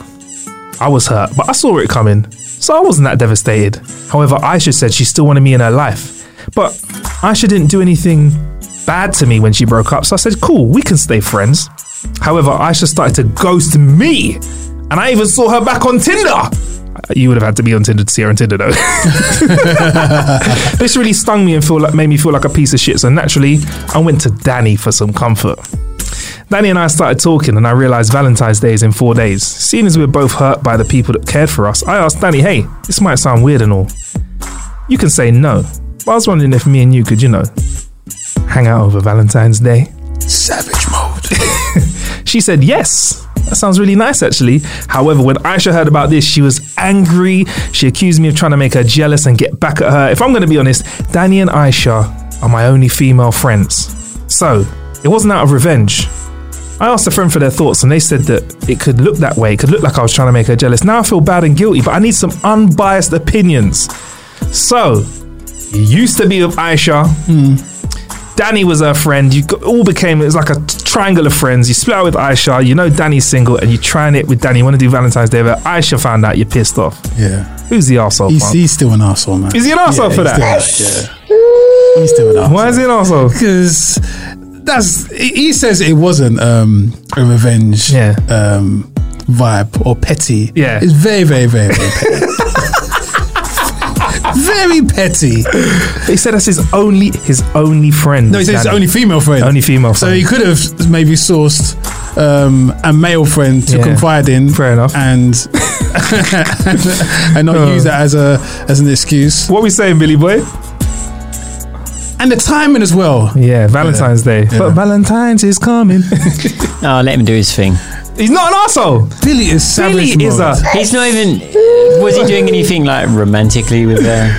Speaker 4: I was hurt, but I saw it coming, so I wasn't that devastated. However, Aisha said she still wanted me in her life. But Aisha didn't do anything bad to me when she broke up, so I said, cool, we can stay friends. However, Aisha started to ghost me, and I even saw her back on Tinder. You would have had to be on Tinder to see her on Tinder, though. <laughs> this really stung me and feel like, made me feel like a piece of shit. So naturally, I went to Danny for some comfort. Danny and I started talking, and I realized Valentine's Day is in four days. Seeing as we were both hurt by the people that cared for us, I asked Danny, hey, this might sound weird and all. You can say no, but I was wondering if me and you could, you know, hang out over Valentine's Day.
Speaker 6: Savage mode.
Speaker 4: <laughs> She said yes. That sounds really nice, actually. However, when Aisha heard about this, she was angry. She accused me of trying to make her jealous and get back at her. If I'm going to be honest, Danny and Aisha are my only female friends. So, it wasn't out of revenge. I asked a friend for their thoughts, and they said that it could look that way. It could look like I was trying to make her jealous. Now I feel bad and guilty, but I need some unbiased opinions. So, you used to be with Aisha.
Speaker 3: Hmm.
Speaker 4: Danny was her friend. You got, all became it was like a t- triangle of friends. You split out with Aisha. You know Danny's single, and you're trying it with Danny. You want to do Valentine's Day, but Aisha found out. You're pissed off.
Speaker 3: Yeah.
Speaker 4: Who's the arsehole?
Speaker 3: He's,
Speaker 4: fam?
Speaker 3: he's still an asshole, man.
Speaker 4: Is he an arsehole
Speaker 3: yeah,
Speaker 4: for
Speaker 3: he's
Speaker 4: that?
Speaker 3: Still, yeah. He's still an arsehole.
Speaker 4: Why is he
Speaker 3: <laughs>
Speaker 4: an arsehole?
Speaker 3: Because that's he he says it wasn't um, a revenge
Speaker 4: Yeah.
Speaker 3: um, vibe or petty.
Speaker 4: Yeah.
Speaker 3: it's very, very, very, very petty.
Speaker 4: <laughs>
Speaker 3: very petty.
Speaker 4: He said that's his only his only friend.
Speaker 3: No, he
Speaker 4: was
Speaker 3: says it's
Speaker 4: Danny.
Speaker 3: only female friend.
Speaker 4: Only female
Speaker 3: So
Speaker 4: friend.
Speaker 3: he could have maybe sourced um, a male friend to
Speaker 4: Yeah.
Speaker 3: confide in.
Speaker 4: Fair enough.
Speaker 3: And <laughs> and not
Speaker 4: Oh.
Speaker 3: use that as a as an excuse.
Speaker 4: What we saying, Billy boy?
Speaker 3: And the timing as well.
Speaker 4: Yeah, Valentine's Day. But Valentine's is coming.
Speaker 5: Oh, let him do his thing.
Speaker 4: <laughs> He's not an arsehole.
Speaker 3: Billy is savage.
Speaker 4: Billy is
Speaker 3: mode.
Speaker 4: a.
Speaker 5: He's not even. Was he doing anything like romantically with her?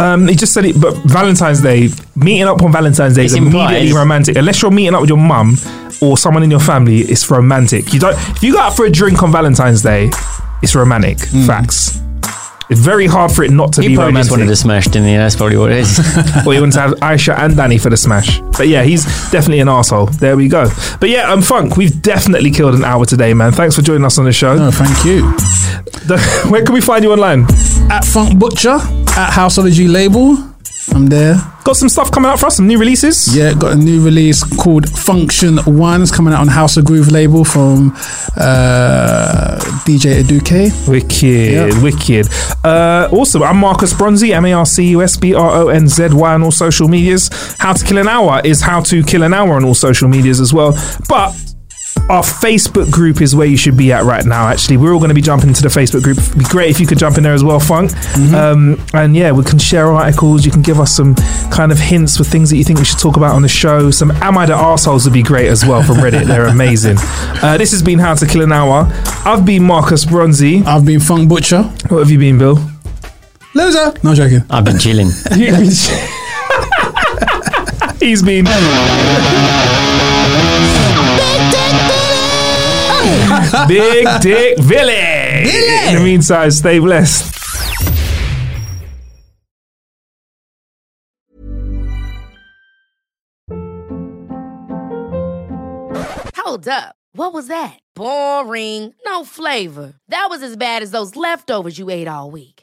Speaker 4: Um, he just said it, but Valentine's Day, meeting up on Valentine's Day
Speaker 5: It's
Speaker 4: is immediately
Speaker 5: implied.
Speaker 4: romantic. Unless you're meeting up with your mum or someone in your family, it's romantic. You don't. If you go out for a drink on Valentine's Day, it's romantic. Facts. It's very hard for it not to
Speaker 5: Hmm. He
Speaker 4: be
Speaker 5: probably
Speaker 4: romantic.
Speaker 5: just wanted to smash, didn't he? That's probably what it is.
Speaker 4: or you want
Speaker 5: <laughs>
Speaker 4: to have Aisha and Danny for the smash. But yeah, he's definitely an arsehole. There we go. But yeah, um, Funk, we've definitely killed an hour today, man. Thanks for joining us on the show.
Speaker 3: No, Oh, thank you.
Speaker 4: The- <laughs> Where can we find you online?
Speaker 3: At Funk Butcher, at Houseology Label. I'm there.
Speaker 4: Got some stuff coming out for us, some new releases.
Speaker 3: Yeah, got a new release called Function One. It's coming out on House of Groove label from uh, DJ Eduke.
Speaker 4: Wicked,
Speaker 3: Yeah.
Speaker 4: wicked. Uh, awesome. I'm Marcus Bronzy, M A R C U S B R O N Z Y on all social medias. How to Kill an Hour is How to Kill an Hour on all social medias as well. But our Facebook group is where you should be at right now, actually. We're all going to be jumping into the Facebook group. It'd be great if you could jump in there as well, Funk. Um, and yeah, we can share articles. You can give us some kind of hints for things that you think we should talk about on the show. Some Am I the Arseholes would be great as well from Reddit. They're amazing. Uh, this has been How to Kill an Hour. I've been Marcus Bronzy.
Speaker 3: I've been Funk Butcher.
Speaker 4: What have you been, Bill?
Speaker 3: Loser. No I'm joking.
Speaker 5: I've been chilling.
Speaker 3: <laughs>
Speaker 4: He's been. Big Dick Village. In the meantime, stay blessed.
Speaker 7: Hold up. What was that? Boring. No flavor. That was as bad as those leftovers you ate all week.